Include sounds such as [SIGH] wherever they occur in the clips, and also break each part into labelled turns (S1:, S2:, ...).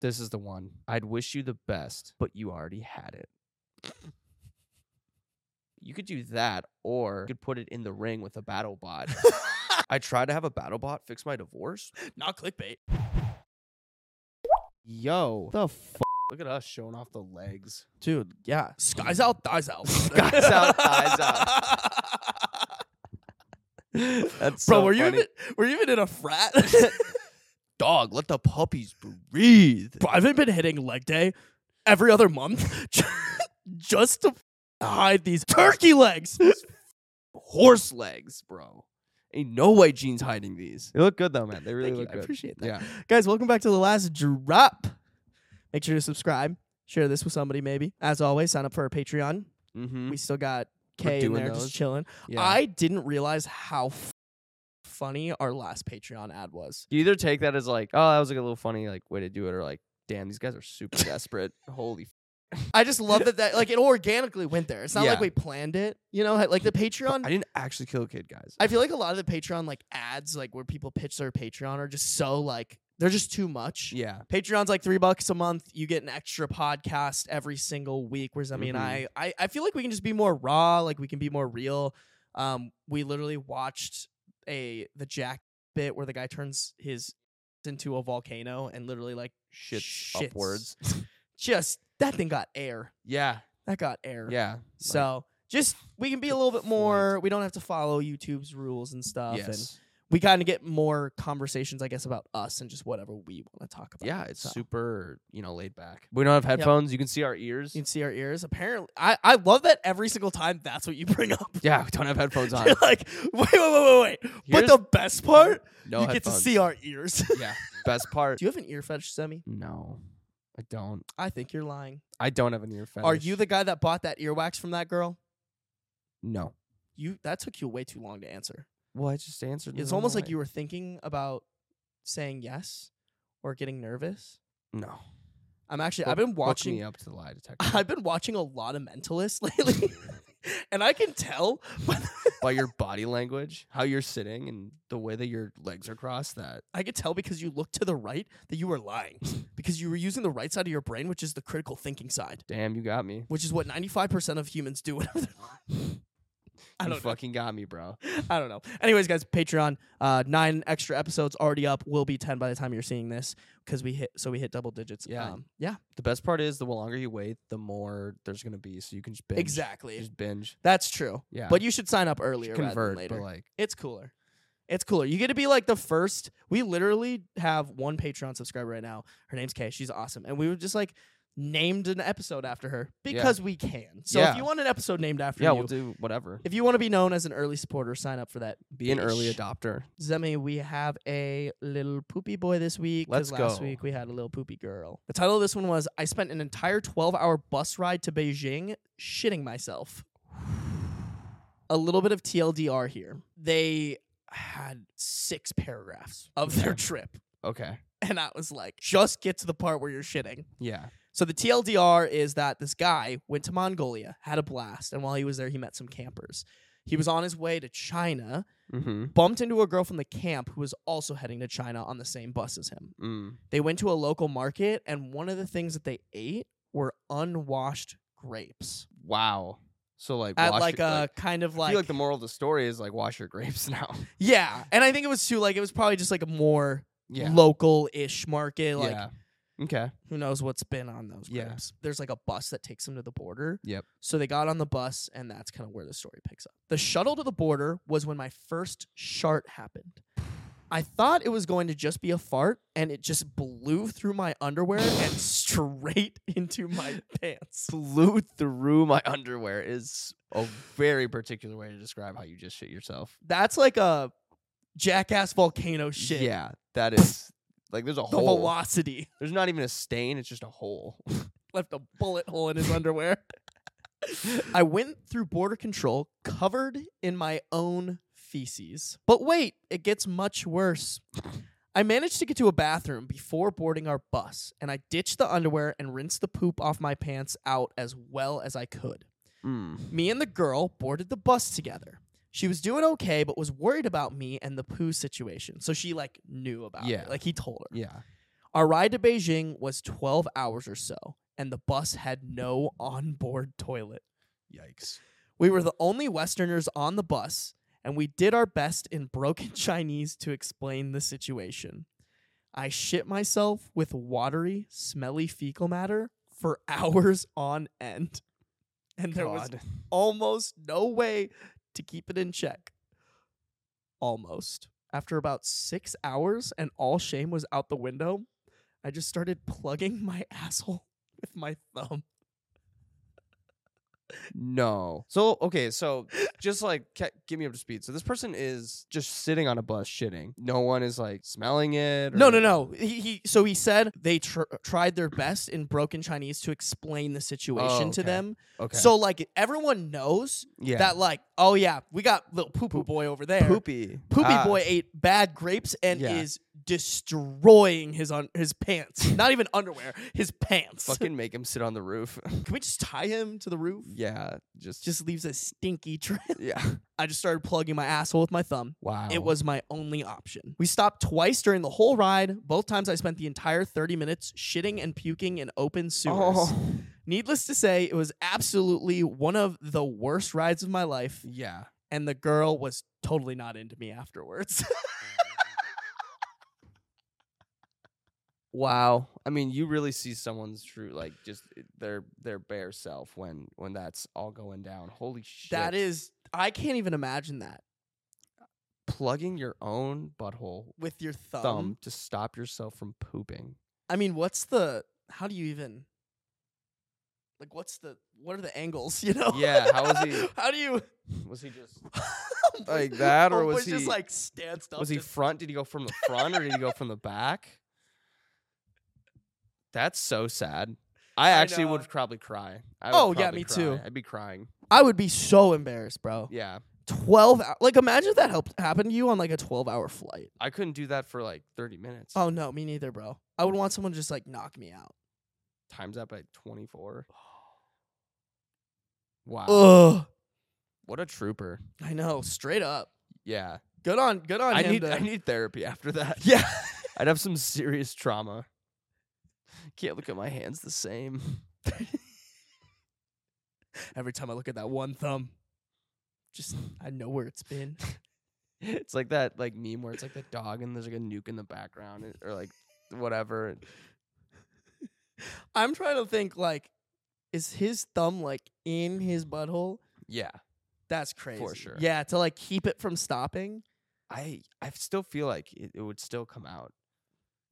S1: This is the one. I'd wish you the best, but you already had it. You could do that, or you could put it in the ring with a battle bot. [LAUGHS] I tried to have a battle bot fix my divorce.
S2: Not clickbait.
S1: Yo, the f- look at us showing off the legs,
S2: Dude, yeah. Skies out, thighs
S1: [LAUGHS]
S2: out.
S1: Skies out, thighs
S2: out.
S1: That's
S2: Bro,
S1: so
S2: were you
S1: funny.
S2: even were you even in a frat? [LAUGHS]
S1: [LAUGHS] dog. Let the puppies breathe.
S2: Bro, I haven't been hitting leg day every other month [LAUGHS] just to hide these turkey legs.
S1: Horse legs, bro. Ain't no way Gene's hiding these. They look good though, [LAUGHS] man. They really
S2: Thank you.
S1: look
S2: I
S1: good.
S2: appreciate that.
S1: Yeah.
S2: Guys, welcome back to the last drop. Make sure to subscribe. Share this with somebody, maybe. As always, sign up for our Patreon.
S1: Mm-hmm.
S2: We still got
S1: We're
S2: K in
S1: doing
S2: there
S1: those.
S2: just chilling.
S1: yeah.
S2: I didn't realize how f- funny our last Patreon ad was.
S1: You either take that as like, oh, that was like a little funny like way to do it, or like, damn, these guys are
S2: [LAUGHS]
S1: super desperate. Holy. F-
S2: I just love that that like it organically went there. It's not
S1: Yeah.
S2: like we planned it. You know, like the Patreon.
S1: I didn't actually kill a kid, guys.
S2: I feel like a lot of the Patreon like ads, like where people pitch their Patreon, are just so like they're just too much.
S1: [LAUGHS] yeah.
S2: Patreon's like three bucks a month. You get an extra podcast every single week. Whereas I mean,
S1: Mhm.
S2: I, I I feel like we can just be more raw. Like we can be more real. Um, we literally watched a the Jack bit where the guy turns his into a volcano and literally like
S1: Shit
S2: Shits.
S1: upwards.
S2: [LAUGHS] just that thing got air.
S1: yeah.
S2: That got air.
S1: Yeah.
S2: So just we can be a
S1: the
S2: little bit
S1: point.
S2: more. We don't have to follow YouTube's rules and stuff. And
S1: yes.
S2: we kind of get more conversations, I guess, about us and just whatever we want to talk about.
S1: Yeah. It's
S2: So,
S1: super, you know, laid back. We don't have headphones. You can see our ears.
S2: You can see our ears. Apparently, I, I love that every single time that's what you bring up.
S1: [LAUGHS] [LAUGHS] Yeah. We don't have
S2: [LAUGHS]
S1: headphones on.
S2: You're like, wait, wait, wait, wait, wait. But the best part,
S1: no
S2: you get to
S1: headphones.
S2: see our ears. [LAUGHS] Do
S1: yeah. Best part.
S2: you have an ear fetish, Semi?
S1: no, I don't.
S2: I think you're lying.
S1: I don't have an ear fetish.
S2: Are you the guy that bought that earwax from that girl?
S1: No.
S2: You that took you way too long to answer.
S1: Well, I just answered.
S2: It's almost like you were thinking about saying yes or getting nervous.
S1: No.
S2: I'm actually I've
S1: Hook-
S2: been
S1: hook
S2: watching
S1: me up to the lie [LAUGHS] detector.
S2: [LAUGHS] I've been watching a lot of Mentalist [LAUGHS] lately, and I can tell. [LAUGHS] By the,
S1: by your body language, how you're sitting, and the way that your legs are crossed. That
S2: I could tell because you look to the right that you were lying, [LAUGHS] because you were using the right side of your brain, which is the critical thinking side,
S1: damn, you got me.
S2: which is what ninety five percent of humans do whenever [LAUGHS] they're lying. I
S1: you
S2: don't know.
S1: fucking got me, bro.
S2: [LAUGHS] I don't know. Anyways, guys, Patreon, uh, nine extra episodes already up. Will be ten by the time you're seeing this because we hit. So we hit double digits.
S1: Yeah.
S2: um, yeah,
S1: The best part is the longer you wait, the more there's gonna be, so you can just binge.
S2: exactly.
S1: Just binge.
S2: That's true.
S1: Yeah.
S2: But you should sign up earlier rather than
S1: convert,
S2: later.
S1: but like,
S2: It's cooler. It's cooler. You get to be like the first. We literally have one Patreon subscriber right now. Her name's Kay. She's awesome. And we were just like named an episode after her
S1: Yeah.
S2: because we can. So if
S1: Yeah.
S2: you want an episode named after
S1: yeah,
S2: you,
S1: we'll do whatever.
S2: if you want to be known as an early supporter, sign up for that.
S1: Be an early
S2: Bitch.
S1: adopter.
S2: Zemi, we have a little poopy boy this week. 'cause
S1: Let's
S2: last
S1: go.
S2: week we had a little poopy girl. The title of this one was I spent an entire 12 hour bus ride to Beijing shitting myself. A little bit of TLDR here. They had six paragraphs of their trip.
S1: Okay.
S2: And I was like, just get to the part where you're shitting.
S1: Yeah.
S2: So the TLDR is that this guy went to Mongolia, had a blast, and while he was there, he met some campers. He was on his way to China
S1: Mm-hmm.
S2: bumped into a girl from the camp who was also heading to China on the same bus as him.
S1: Mm.
S2: They went to a local market, and one of the things that they ate were unwashed grapes
S1: Wow. So like,
S2: at
S1: wash
S2: like
S1: your-
S2: a kind of
S1: I
S2: like,
S1: feel like the moral of the story is like wash your [LAUGHS] grapes
S2: [LAUGHS]
S1: now.
S2: yeah. And I think it was too like it was probably just like a more
S1: yeah.
S2: local-ish market. Like
S1: yeah. Okay.
S2: who knows what's been on those
S1: Yeah.
S2: grapes? There's like a bus that takes them to the border.
S1: Yep.
S2: So they got on the bus, and that's kind of where the story picks up. The shuttle to the border was when my first shart happened. I thought it was going to just be a fart, and it just blew through my
S1: [LAUGHS]
S2: underwear and straight into my pants.
S1: Blew through my underwear is a very particular way to describe how you just shit yourself.
S2: That's like a jackass volcano shit.
S1: Yeah, Oh. that is like there's a
S2: The
S1: hole.
S2: velocity
S1: There's not even a stain. It's just a hole.
S2: left a bullet hole in his underwear. I went through border control covered in my own feces. But wait, it gets much worse. I managed to get to a bathroom before boarding our bus, and I ditched the underwear and rinsed the poop off my pants out as well as I could.
S1: Mm.
S2: Me and the girl boarded the bus together. She was doing okay, but was worried about me and the poo situation. So she like knew about
S1: Yeah.
S2: it. Like he told her.
S1: Yeah.
S2: Our ride to Beijing was 12 hours or so, and the bus had no onboard toilet.
S1: Yikes.
S2: We were the only Westerners on the bus, and we did our best in broken [LAUGHS] Chinese to explain the situation. I shit myself with watery, smelly fecal matter for [LAUGHS] hours on end, and there was
S1: God.
S2: almost no way to keep it in check. Almost. After about six hours and all shame was out the window, I just started plugging my [LAUGHS] asshole with my thumb.
S1: No. So okay, so just like ca- get me up to speed. So this person is just sitting on a bus shitting. No one is like smelling it. Or,
S2: No, no, no. He, he so he said they tr- tried their best in broken Chinese to explain the situation to
S1: Oh, okay.
S2: them.
S1: Okay.
S2: So like everyone knows
S1: yeah,
S2: that like oh yeah, we got little poo poo
S1: Poop-
S2: boy over there.
S1: poopy,
S2: Poopy
S1: Ah,
S2: boy ate bad grapes and
S1: Yeah.
S2: is destroying his un- his pants. [LAUGHS] Not even underwear, his pants.
S1: [LAUGHS] Fucking make him sit on the roof. [LAUGHS]
S2: Can we just tie him to the roof?
S1: yeah, just
S2: Just leaves a stinky trail.
S1: yeah.
S2: [LAUGHS] I just started plugging my asshole with my thumb.
S1: Wow.
S2: It was my only option. We stopped twice during the whole ride. Both times I spent the entire 30 minutes shitting and puking in open sewers.
S1: Oh.
S2: Needless to say, it was absolutely one of the worst rides of my life,
S1: Yeah.
S2: and the girl was totally not into me afterwards. [LAUGHS]
S1: Wow. I mean, you really see someone's true like just eh, their their bare self when when that's all going down. Holy shit.
S2: that is, I can't even imagine that
S1: plugging your own butthole
S2: with your thumb.
S1: thumb to stop yourself from pooping.
S2: I mean, what's the, how do you even, like, what's the, what are the angles, [LAUGHS] you know?
S1: Yeah, how is he-
S2: [LAUGHS] how do you,
S1: [LAUGHS] Was he just
S2: Homeboy's-
S1: that, or was
S2: homeboy's just
S1: he-
S2: like stands up?
S1: Was he
S2: just-
S1: front? Did he go from the front or did he go from the back? That's so sad. I
S2: I
S1: actually
S2: know.
S1: would probably cry. I
S2: Oh,
S1: would
S2: yeah,
S1: probably
S2: me
S1: cry.
S2: too. Oh.
S1: I'd be crying.
S2: I would be so embarrassed, bro.
S1: Yeah,
S2: Twelve, hou- like imagine if that helped happened to you on like a twelve-hour flight.
S1: I couldn't do that for like 30 minutes.
S2: Oh no, me neither, bro. I would want someone to just like knock me out.
S1: Times that by
S2: [GASPS]
S1: 24. Wow,
S2: Ugh,
S1: what a trooper.
S2: I know, straight up.
S1: Yeah,
S2: Good on, good on
S1: I
S2: him.
S1: need
S2: to-
S1: I need therapy after that.
S2: [LAUGHS] yeah,
S1: I'd have some serious trauma. Can't look at my hands the same. [LAUGHS]
S2: every time I look at that one thumb, just I know where it's been.
S1: It's like that like meme where it's like the dog and there's like a nuke in the background and- or like whatever.
S2: I'm trying to think like, is his thumb like in his butthole?
S1: Yeah.
S2: That's crazy.
S1: sure.
S2: Yeah, to like keep it from stopping.
S1: I I still feel like it, it would still come out.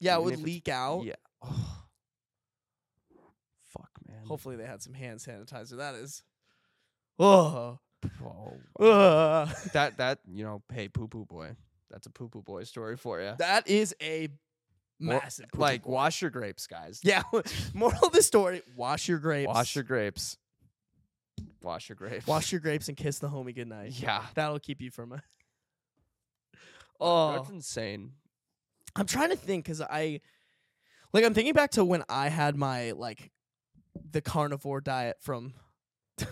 S2: Yeah,
S1: Even
S2: it
S1: if
S2: would
S1: it's-
S2: leak out.
S1: Yeah. [SIGHS] Oh. Fuck man.
S2: Hopefully they had some hand sanitizer. That is.
S1: [LAUGHS]
S2: Oh.
S1: Oh,
S2: Uh,
S1: [LAUGHS] that that you know, hey poo poo boy. That's a poo poo boy story for you.
S2: that is a massive poop
S1: Like
S2: bowl.
S1: wash your grapes, guys.
S2: [LAUGHS] Yeah. [LAUGHS] Moral of the story, wash your grapes.
S1: Wash your grapes. Wash your grapes. [LAUGHS]
S2: wash your grapes and kiss the homie goodnight.
S1: Yeah.
S2: That'll keep you from a
S1: Oh.
S2: Oh.
S1: That's insane.
S2: I'm trying to think cuz I like I'm thinking back to when I had my like the carnivore diet from [LAUGHS]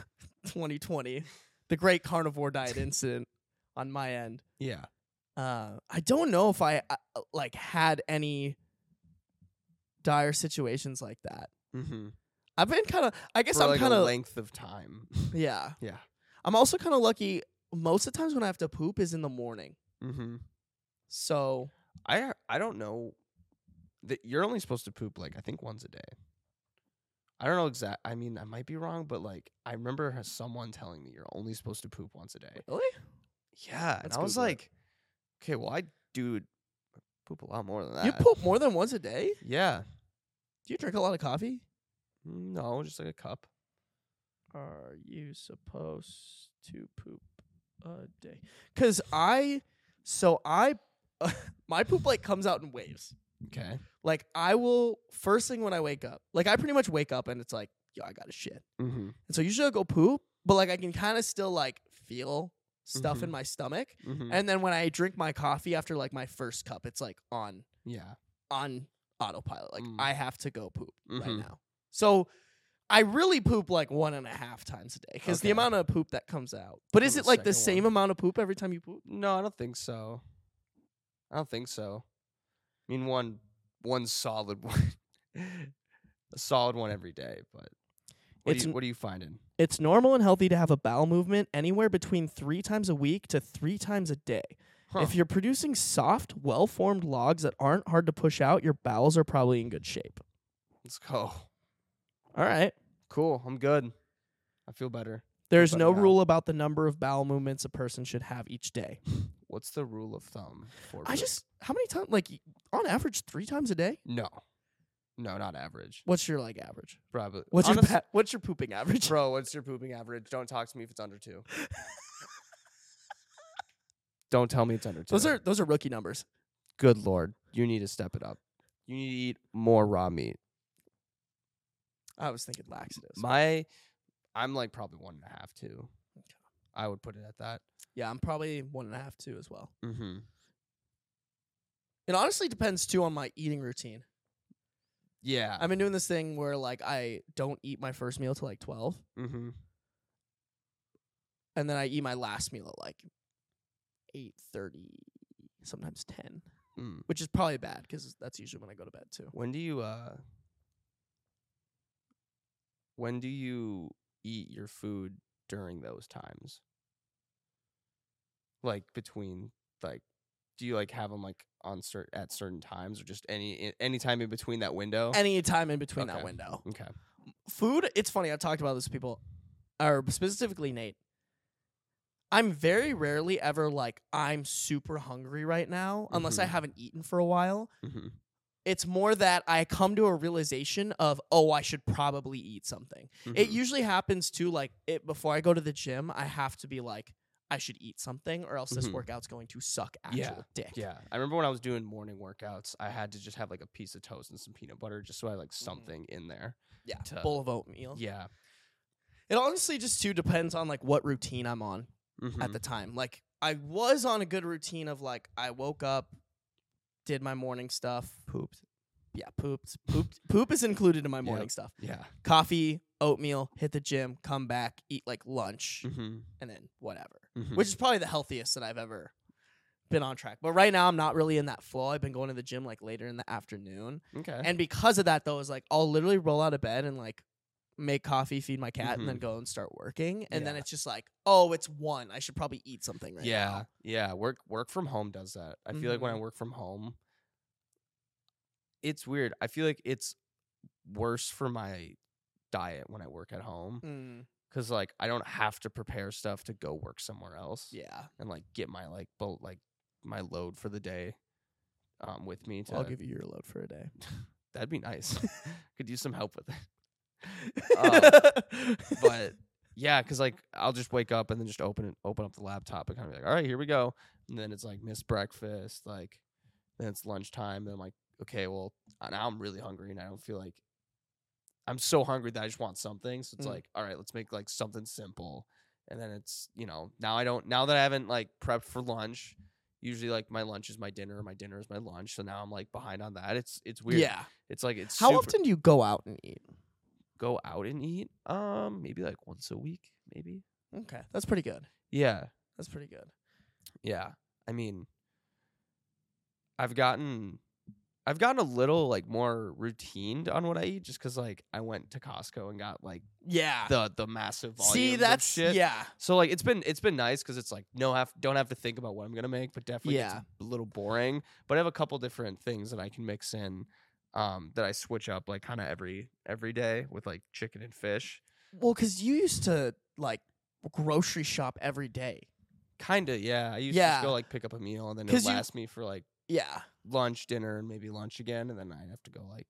S2: 2020, the great
S1: [LAUGHS]
S2: carnivore diet incident on my end.
S1: Yeah.
S2: uh, I don't know if I uh, uh, like had any dire situations like that.
S1: Mm-hmm.
S2: I've been kind of, I guess
S1: For
S2: I'm
S1: like
S2: kind
S1: a
S2: of,
S1: length of time.
S2: yeah,
S1: Yeah.
S2: I'm also kind of lucky. Most of the times when I have to poop is in the morning,
S1: Mm-hmm.
S2: so
S1: I I don't know that you're only supposed to poop like I think once a day. I don't know exact. I mean, I might be wrong, but like I remember has someone telling me you're only supposed to poop once a day.
S2: really,
S1: Yeah, and
S2: Let's
S1: I was
S2: Google it.
S1: like, okay, well I do poop a lot more than that.
S2: you poop more than once a day.
S1: Yeah.
S2: Do you drink a lot of coffee?
S1: No, just like a cup.
S2: Are you supposed to poop a day? Cause I, so I, [LAUGHS] my poop like comes out in waves.
S1: Okay.
S2: Like I will first thing when I wake up. Like I pretty much wake up and it's like, yo, I got to shit.
S1: Mm-hmm.
S2: And so usually I'll go poop, but like I can kind of still like feel stuff
S1: Mhm.
S2: in my stomach.
S1: mm-hmm.
S2: And then when I drink my coffee after like my first cup, it's like on
S1: Yeah.
S2: on autopilot. Like
S1: Mm.
S2: I have to go poop right
S1: Mhm.
S2: now. So I really poop like one and a half times a day because the
S1: Okay.
S2: amount of poop that comes out. But
S1: On
S2: is
S1: the
S2: it like the
S1: second
S2: same
S1: one.
S2: amount of poop every time you poop?
S1: No, I don't think so. I don't think so. I mean, one one solid [LAUGHS] one, a solid one every day. But what,
S2: It's
S1: do you,
S2: n-
S1: what are you finding?
S2: It's normal and healthy to have a bowel movement anywhere between three times a week to three times a day.
S1: Huh.
S2: If you're producing soft, well formed logs that aren't hard to push out, your bowels are probably in good shape.
S1: Let's go.
S2: All right.
S1: Cool. I'm good. I feel better.
S2: There's
S1: But
S2: no
S1: now-
S2: rule about the number of bowel movements a person should have each day.
S1: What's the rule of thumb for?
S2: I
S1: poop?
S2: just, how many times, like y- on average, three times a day?
S1: no, no, not average.
S2: What's your like average?
S1: Probably.
S2: What's
S1: Honest-
S2: your ba- what's your pooping average?
S1: Bro, what's your pooping average? Don't talk to me if it's under two. Don't tell me it's under two.
S2: [LAUGHS] Those are those are rookie numbers.
S1: good lord. You need to step it up. You need to eat more raw meat.
S2: I was thinking laxatives.
S1: My, I'm like probably one and a half two. I would put it at that.
S2: yeah, I'm probably one and a half two as well.
S1: Mm-hmm.
S2: It honestly depends too on my eating routine.
S1: Yeah.
S2: I've been doing this thing where like I don't eat my first meal till like twelve,
S1: mm-hmm.
S2: and then I eat my last meal at like eight thirty, sometimes ten,
S1: Mm.
S2: which is probably bad because that's usually when I go to bed too.
S1: When do you uh? When do you eat your food during those times? Like between like, do you like have them like on cer- at certain times or just any i- any time in between that window?
S2: Any time in between that
S1: Okay.
S2: window,
S1: okay.
S2: food. It's funny I talked about this to people, or specifically Nate. I'm very rarely ever like I'm super hungry right now unless I
S1: Mhm.
S2: haven't eaten for a while.
S1: Mm-hmm.
S2: It's more that I come to a realization of oh I should probably eat something.
S1: Mm-hmm.
S2: It usually happens too. Like it before I go to the gym, I have to be like, I should eat something, or else this
S1: Mhm.
S2: workout's going to suck actual
S1: Yeah,
S2: dick.
S1: yeah, I remember when I was doing morning workouts, I had to just have like a piece of toast and some peanut butter just so I had,
S2: Mm-hmm.
S1: like something in there.
S2: yeah.
S1: To-
S2: Bowl of oatmeal.
S1: Yeah.
S2: It honestly just too depends on like what routine I'm on
S1: Mhm.
S2: at the time. Like I was on a good routine of like I woke up, did my morning stuff,
S1: pooped.
S2: yeah, pooped, pooped, poop is included in my morning
S1: Yep.
S2: stuff. [LAUGHS]
S1: Yeah.
S2: Coffee, oatmeal, hit the gym, come back, eat like lunch,
S1: Mm-hmm.
S2: and then whatever.
S1: Mm-hmm.
S2: which is probably the healthiest that I've ever been on track. But right now, I'm not really in that flow. I've been going to the gym like later in the afternoon,
S1: okay.
S2: and because of that, though, is like I'll literally roll out of bed and like make coffee, feed my cat, and then go and start working. And then
S1: Mm-hmm. Yeah.
S2: it's just like, oh, it's one. I should probably eat something right
S1: yeah,
S2: now.
S1: yeah. Work work from home does that. I feel like when I
S2: Mhm.
S1: work from home, it's weird. I feel like it's worse for my diet when I work at home
S2: Mm,
S1: because like I don't have to prepare stuff to go work somewhere else
S2: yeah.
S1: and like get my like boat like my load for the day um with me to
S2: I'll give you your load for a day.
S1: that'd be nice. [LAUGHS] Could use some help with it. Um,
S2: [LAUGHS]
S1: but yeah, because like I'll just wake up and then just open it, open up the laptop and kind of be like, all right, here we go. And then it's like miss breakfast, like then it's lunchtime. Then I'm like, okay, well uh, now I'm really hungry and I don't feel like I'm so hungry that I just want something. So it's
S2: Mm.
S1: like, all right, let's make like something simple. And then it's you know now I don't now that I haven't like prepped for lunch. Usually like my lunch is my dinner, my dinner is my lunch. So now I'm like behind on that. It's it's [LAUGHS] weird.
S2: yeah.
S1: It's like it's
S2: How
S1: super-
S2: often do you go out and eat?
S1: go out and eat. Um, maybe like once a week, maybe.
S2: Okay, that's pretty good.
S1: Yeah.
S2: That's pretty good.
S1: Yeah. I mean I've gotten I've gotten a little like more routined on what I eat just cuz like I went to Costco and got like
S2: Yeah.
S1: the the massive volume
S2: See, that's
S1: shit.
S2: yeah.
S1: So like it's been it's been nice cuz it's like no have don't have to think about what I'm going to make, but definitely
S2: Yeah.
S1: it's a little boring, but I have a couple different things that I can mix in um that I switch up like kind of every every day with like chicken and fish.
S2: Well, because you used to like grocery shop every day.
S1: Kind of, yeah. I used to
S2: Yeah.
S1: just go like pick up a meal and then it
S2: 'Cause
S1: would
S2: you-
S1: last me for like
S2: Yeah,
S1: lunch, dinner, and maybe lunch again, and then I'd have to go like.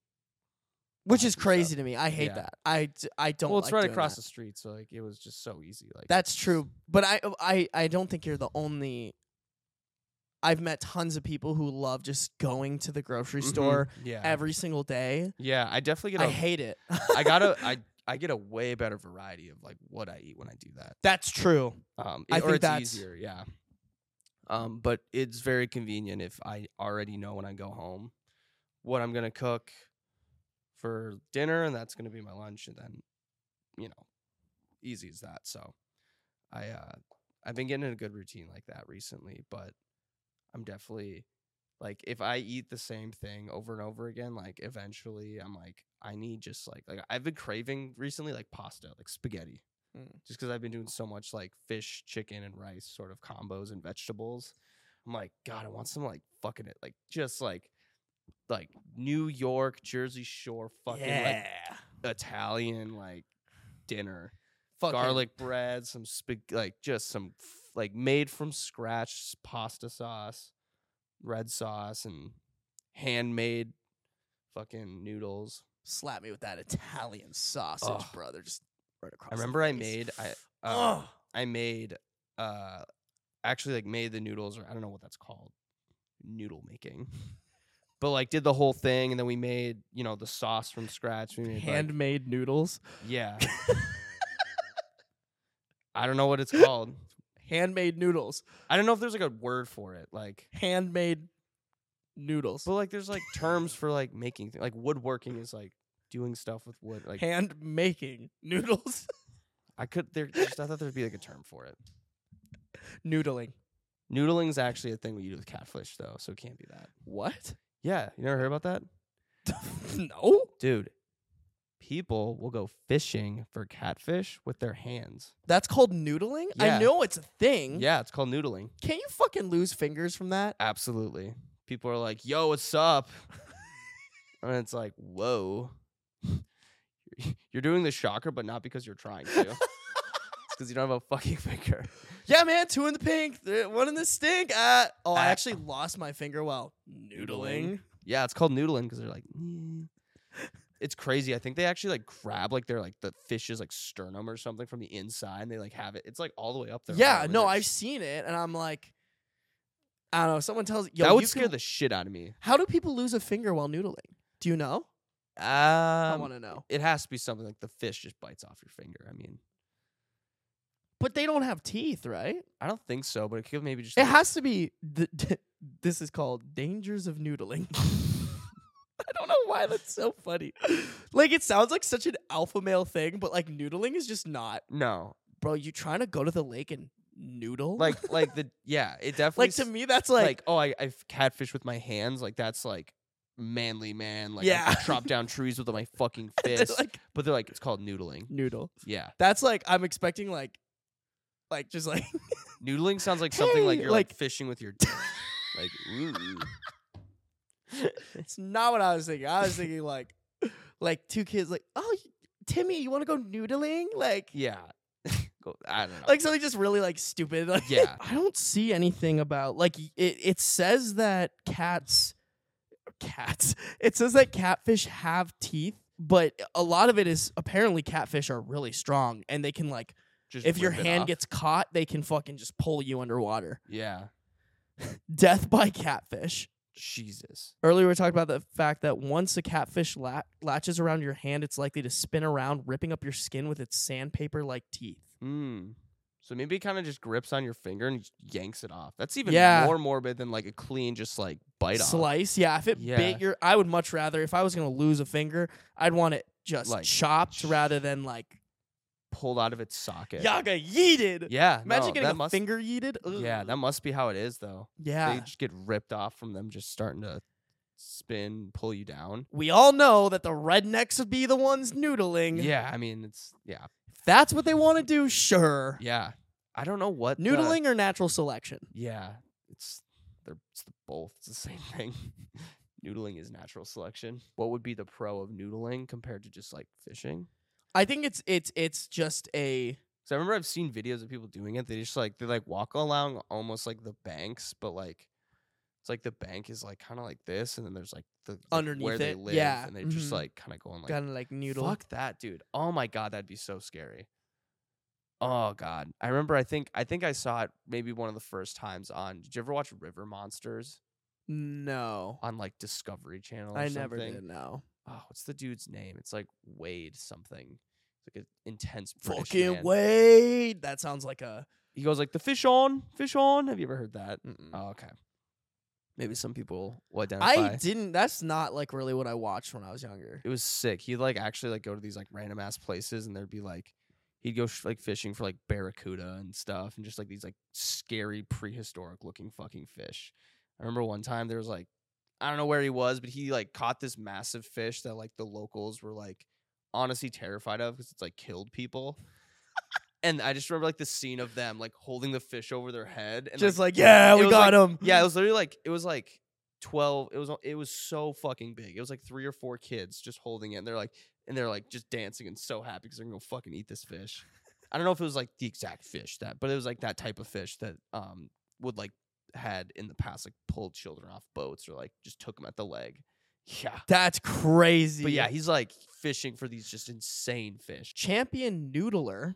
S2: which
S1: Buy
S2: is
S1: some stuff.
S2: crazy to me. I hate
S1: Yeah.
S2: that. I, d- I don't.
S1: well, it's
S2: like
S1: right
S2: doing
S1: across
S2: that.
S1: the street, so like it was just so easy. Like
S2: That's true, but I oh, I I don't think you're the only. I've met tons of people who love just going to the grocery
S1: Mhm,
S2: store
S1: Yeah,
S2: every single day.
S1: yeah. I definitely
S2: I
S1: get. a I
S2: hate it.
S1: got
S2: [LAUGHS]
S1: a. I I get a way better variety of like what I eat when I do that.
S2: That's true.
S1: Um,
S2: I
S1: it- or
S2: think
S1: it's
S2: that's-
S1: easier. Yeah. Um, but it's very convenient if I already know when I go home what I'm gonna cook for dinner, and that's gonna be my lunch, and then you know, easy as that. So, I uh, I've been getting in a good routine like that recently, but I'm definitely Like if I eat the same thing over and over again, like eventually I'm like I need just like like I've been craving recently like pasta, like spaghetti.
S2: Mm.
S1: Just cuz I've been doing so much like fish, chicken and rice sort of combos and vegetables. I'm like god, I want some like fucking it like just like like New York, Jersey Shore fucking like Italian like dinner
S2: Fucking-
S1: garlic bread, some spag like just some f- like made from scratch s- pasta sauce, red sauce, and handmade fucking noodles.
S2: Slap me with that Italian sausage,
S1: Ugh.
S2: brother. Just right across.
S1: I
S2: the
S1: remember I
S2: face.
S1: made I
S2: [SIGHS]
S1: uh,
S2: Ugh.
S1: I made uh actually like made the noodles or I don't know what that's called noodle making, [LAUGHS] but like did the whole thing and then we made you know the sauce from scratch. We made, like-
S2: handmade noodles,
S1: [LAUGHS] yeah. I don't know what it's called.
S2: handmade noodles,
S1: I don't know if there's like a word for it. Like
S2: handmade noodles,
S1: But like, there's like terms for like making things. Like woodworking is like doing stuff with wood. Like
S2: hand making noodles, [LAUGHS]
S1: I could there. Just, I thought there'd be like a term for it.
S2: noodling.
S1: Noodling's actually a thing we do with catfish though, so it can't be that.
S2: What? [LAUGHS]
S1: Yeah, you never heard about that,
S2: no.
S1: dude. People will go fishing for catfish with their hands.
S2: That's called noodling?
S1: Yeah.
S2: I know it's a thing.
S1: Yeah, it's called noodling.
S2: Can't you fucking lose fingers from that?
S1: Absolutely. People are like, "Yo, what's up?" [LAUGHS] and it's like, "Whoa." [LAUGHS] You're doing the shocker, but not because you're trying to. it's because you don't have a fucking finger.
S2: Yeah, man, two in the pink, th- one in the stink. Uh, oh, I
S1: Ah.
S2: actually lost my finger while noodling.
S1: Yeah, it's called noodling because they're like, "Mm." it's crazy. I think they actually like grab like their like the fish's like sternum or something from the inside, and they like have it. It's like all the way up there.
S2: Yeah, no, I've seen it, and I'm like, I don't know. Someone tells yo,
S1: that would
S2: you
S1: scare
S2: can-
S1: the shit out of me.
S2: How do people lose a finger while noodling? Do you know?
S1: Um,
S2: I want to know.
S1: It has to be something like the fish just bites off your finger. I mean,
S2: But they don't have teeth, right?
S1: I don't think so, but it could maybe just.
S2: It
S1: like-
S2: has to be. Th- d- this is called dangers of noodling. [LAUGHS] I don't know why that's so funny. Like it sounds like such an alpha male thing, but like noodling is just not. [LAUGHS]
S1: no,
S2: Bro, you trying to go to the lake and noodle?
S1: like like the yeah, it definitely
S2: [LAUGHS] like to
S1: s-
S2: me, that's
S1: like,
S2: like,
S1: oh I I catfish with my hands like that's like manly man like I
S2: Yeah.
S1: chop down trees with my fucking
S2: [LAUGHS] they're
S1: fist,
S2: like
S1: but they're like it's called noodling.
S2: noodle.
S1: Yeah.
S2: That's like I'm expecting like, like just like [LAUGHS]
S1: Noodling sounds like something like
S2: Hey,
S1: you're like,
S2: like-
S1: fishing
S2: [LAUGHS]
S1: with your dick. like ooh.
S2: it's not what I was thinking. I was
S1: [LAUGHS]
S2: thinking like, like two kids like, oh, y- Timmy, you want to go noodling? Like,
S1: Yeah. [LAUGHS] Go- I don't know.
S2: like something just really like stupid. Like,
S1: Yeah.
S2: I don't see anything about like y- it. It says that cats, cats. [LAUGHS] It says that catfish have teeth, but a lot of it is apparently catfish are really strong and they can like
S1: just
S2: if your
S1: rip it
S2: hand
S1: off.
S2: gets caught, they can fucking just pull you underwater.
S1: Yeah.
S2: Death [LAUGHS] by catfish.
S1: Jesus.
S2: Earlier, we talked about the fact that once a catfish la- latches around your hand, it's likely to spin around, ripping up your skin with its sandpaper like teeth.
S1: Hmm. So maybe it kind of just grips on your finger and just yanks it off. That's even
S2: Yeah.
S1: more morbid than like a clean just like bite off.
S2: Slice, yeah. If it
S1: Yeah.
S2: bit your, I would much rather, if I was going to lose a finger, I'd want it just
S1: Like,
S2: chopped rather than like
S1: Pulled out of its socket.
S2: yaga yeeted.
S1: Yeah.
S2: Imagine
S1: no,
S2: getting
S1: that
S2: a
S1: must,
S2: finger yeeted.
S1: Yeah,
S2: Ugh.
S1: that must be how it is though.
S2: yeah.
S1: They just get ripped off from them just starting to spin, pull you down.
S2: we all know that the rednecks would be the ones noodling.
S1: Yeah, I mean it's yeah.
S2: If that's what they want to do, sure.
S1: Yeah. I don't know what the-
S2: Noodling or natural selection?
S1: Yeah, it's they're it's the both. It's the [LAUGHS] same thing. noodling is natural selection. What would be the pro of noodling compared to just like fishing?
S2: I think it's it's it's just a
S1: Because I remember I've seen videos of people doing it. They just like they like walk along almost like the banks, but like it's like the bank is like kind of like this, and then there's like the like, where
S2: Underneath
S1: they
S2: it,
S1: live,
S2: yeah,
S1: and they just
S2: mhm.
S1: like kind of going like
S2: kind of like noodle.
S1: Fuck that, dude. Oh my god, that'd be so scary. Oh god. I remember I think I think I saw it maybe one of the first times on Did you ever watch River Monsters
S2: No,
S1: on like Discovery Channel or
S2: I
S1: something?
S2: never did. No,
S1: Oh, what's the dude's name? It's like Wade something. It's like an intense British
S2: fucking
S1: man.
S2: wait. That sounds like a
S1: He goes like the fish on, fish on. Have you ever heard that?
S2: Mm-mm.
S1: Oh, okay. Maybe some people will identify.
S2: Mm. I didn't. That's not like really what I watched when I was younger.
S1: it was sick. He'd like actually like go to these like random ass places, and there'd be like he'd go sh- like fishing for like barracuda and stuff, and just like these like scary prehistoric looking fucking fish. I remember one time there was like I don't know where he was, but he like caught this massive fish that like the locals were like honestly terrified of because it's like killed people. and I just remember like the scene of them like holding the fish over their head and
S2: Just like, yeah,
S1: it
S2: we
S1: was
S2: got him. [LAUGHS]
S1: yeah, it was literally like it was like twelve. It was uh, it was so fucking big. It was like three or four kids just holding it, and they're like and they're like just dancing and so happy because they're gonna go fucking eat this fish. I don't know if it was like the exact fish that, but it was like that type of fish that um would like had in the past like pulled children off boats or like just took them at the leg. [LAUGHS] Yeah,
S2: That's crazy.
S1: but yeah, he's like fishing for these just insane fish.
S2: champion noodler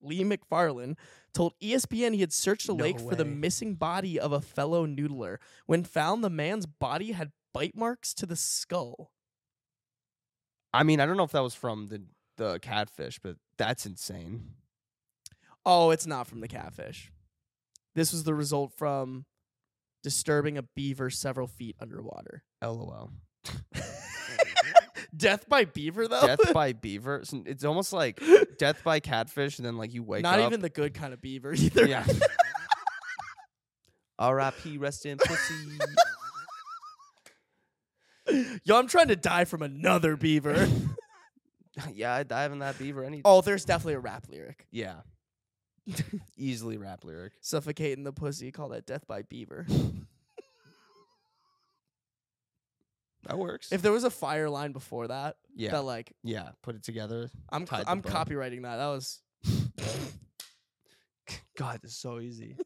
S2: Lee McFarlane told E ESPN he had searched the
S1: No
S2: lake for the
S1: way.
S2: missing body of a fellow noodler. When found, the man's body had bite marks to the skull.
S1: I mean, I don't know if that was from the the catfish, but that's insane.
S2: Oh, it's not from the catfish. This was the result from disturbing a beaver several feet underwater.
S1: LOL.
S2: Death by beaver, though. [LAUGHS]
S1: Death by beaver. It's- It's almost like death by catfish, and then like you wake
S2: not
S1: up.
S2: even the good kind of beaver either.
S1: Yeah.
S2: [LAUGHS]
S1: R.I.P. Rest in pussy. [LAUGHS]
S2: Yo, I'm trying to die from
S1: [LAUGHS]
S2: another beaver.
S1: yeah, I dive in that beaver. Any.
S2: oh, there's definitely a rap lyric.
S1: Yeah. Easily rap lyric.
S2: Suffocating the pussy, call that death by beaver.
S1: That works.
S2: If there was a fire line before that,
S1: yeah.
S2: that like
S1: yeah. Put it together.
S2: I'm
S1: Tied the
S2: I'm
S1: bow.
S2: copywriting that.
S1: [LAUGHS]
S2: That was
S1: God, it's so
S2: [LAUGHS]
S1: easy.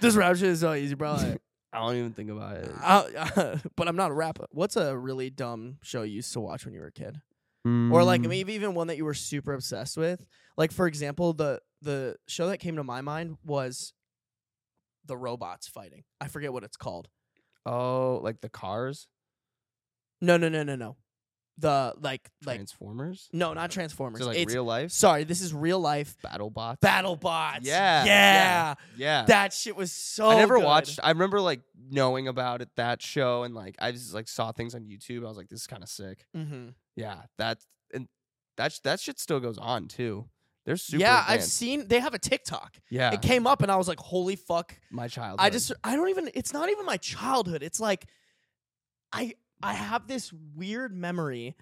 S2: this rap shit is so easy, bro.
S1: [LAUGHS]
S2: Like,
S1: I don't even think about it.
S2: Ah. I- [LAUGHS] but I'm not a rapper. What's a really dumb show you used to watch when you were a kid, or like
S1: Mm.
S2: maybe even one that you were super obsessed with? Like for example, the the show that came to my mind was the robots fighting. I forget what it's called.
S1: Oh, like the cars?
S2: No, no, no, no, no. The like like
S1: Transformers?
S2: no, not Transformers.
S1: Is it like
S2: it's
S1: real life?
S2: sorry, this is real life
S1: Battle bots?
S2: battle bots.
S1: Yeah, yeah.
S2: yeah.
S1: yeah.
S2: That shit was so.
S1: I never
S2: good.
S1: watched. I remember like knowing about it that show and like I just like saw things on YouTube. I was like, this is kind of sick.
S2: Mhm.
S1: Yeah, that and that sh- that shit still goes on too. They're super.
S2: Yeah, I've
S1: advanced.
S2: seen. They have a TikTok.
S1: Yeah,
S2: It came up, and I was like, "Holy fuck!"
S1: my child.
S2: I just. I don't even. It's not even my childhood. It's like, I I have this weird memory.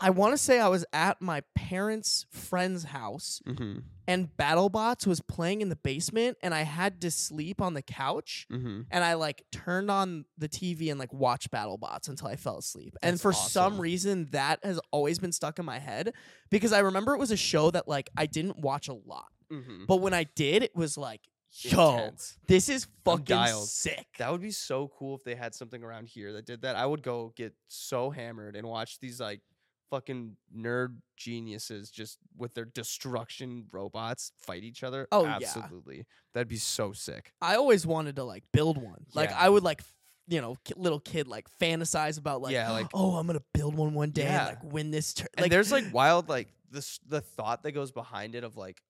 S2: I want to say I was at my parents' friend's house,
S1: Mm-hmm.
S2: and BattleBots was playing in the basement, and I had to sleep on the couch.
S1: Mm-hmm.
S2: and I like turned on the TV and like watched BattleBots until I fell asleep. and
S1: That's
S2: for some
S1: awesome.
S2: reason, that has always been stuck in my head because I remember it was a show that like I didn't watch a lot,
S1: Mm-hmm.
S2: but when I did, it was like, yo, this is fucking
S1: dialed.
S2: sick.
S1: That would be so cool if they had something around here that did that. I would go get so hammered and watch these like fucking nerd geniuses just with their destruction robots fight each other.
S2: Oh, yeah.
S1: absolutely. That'd be so sick.
S2: I always wanted to like build one. Like
S1: Yeah.
S2: I would like. f- You know, ki- little kid like fantasize about like,
S1: Yeah, like-
S2: oh, I'm gonna build one one day
S1: Yeah.
S2: and like win this. Tur-
S1: and there's
S2: [LAUGHS]
S1: like wild like this the thought that goes behind it of like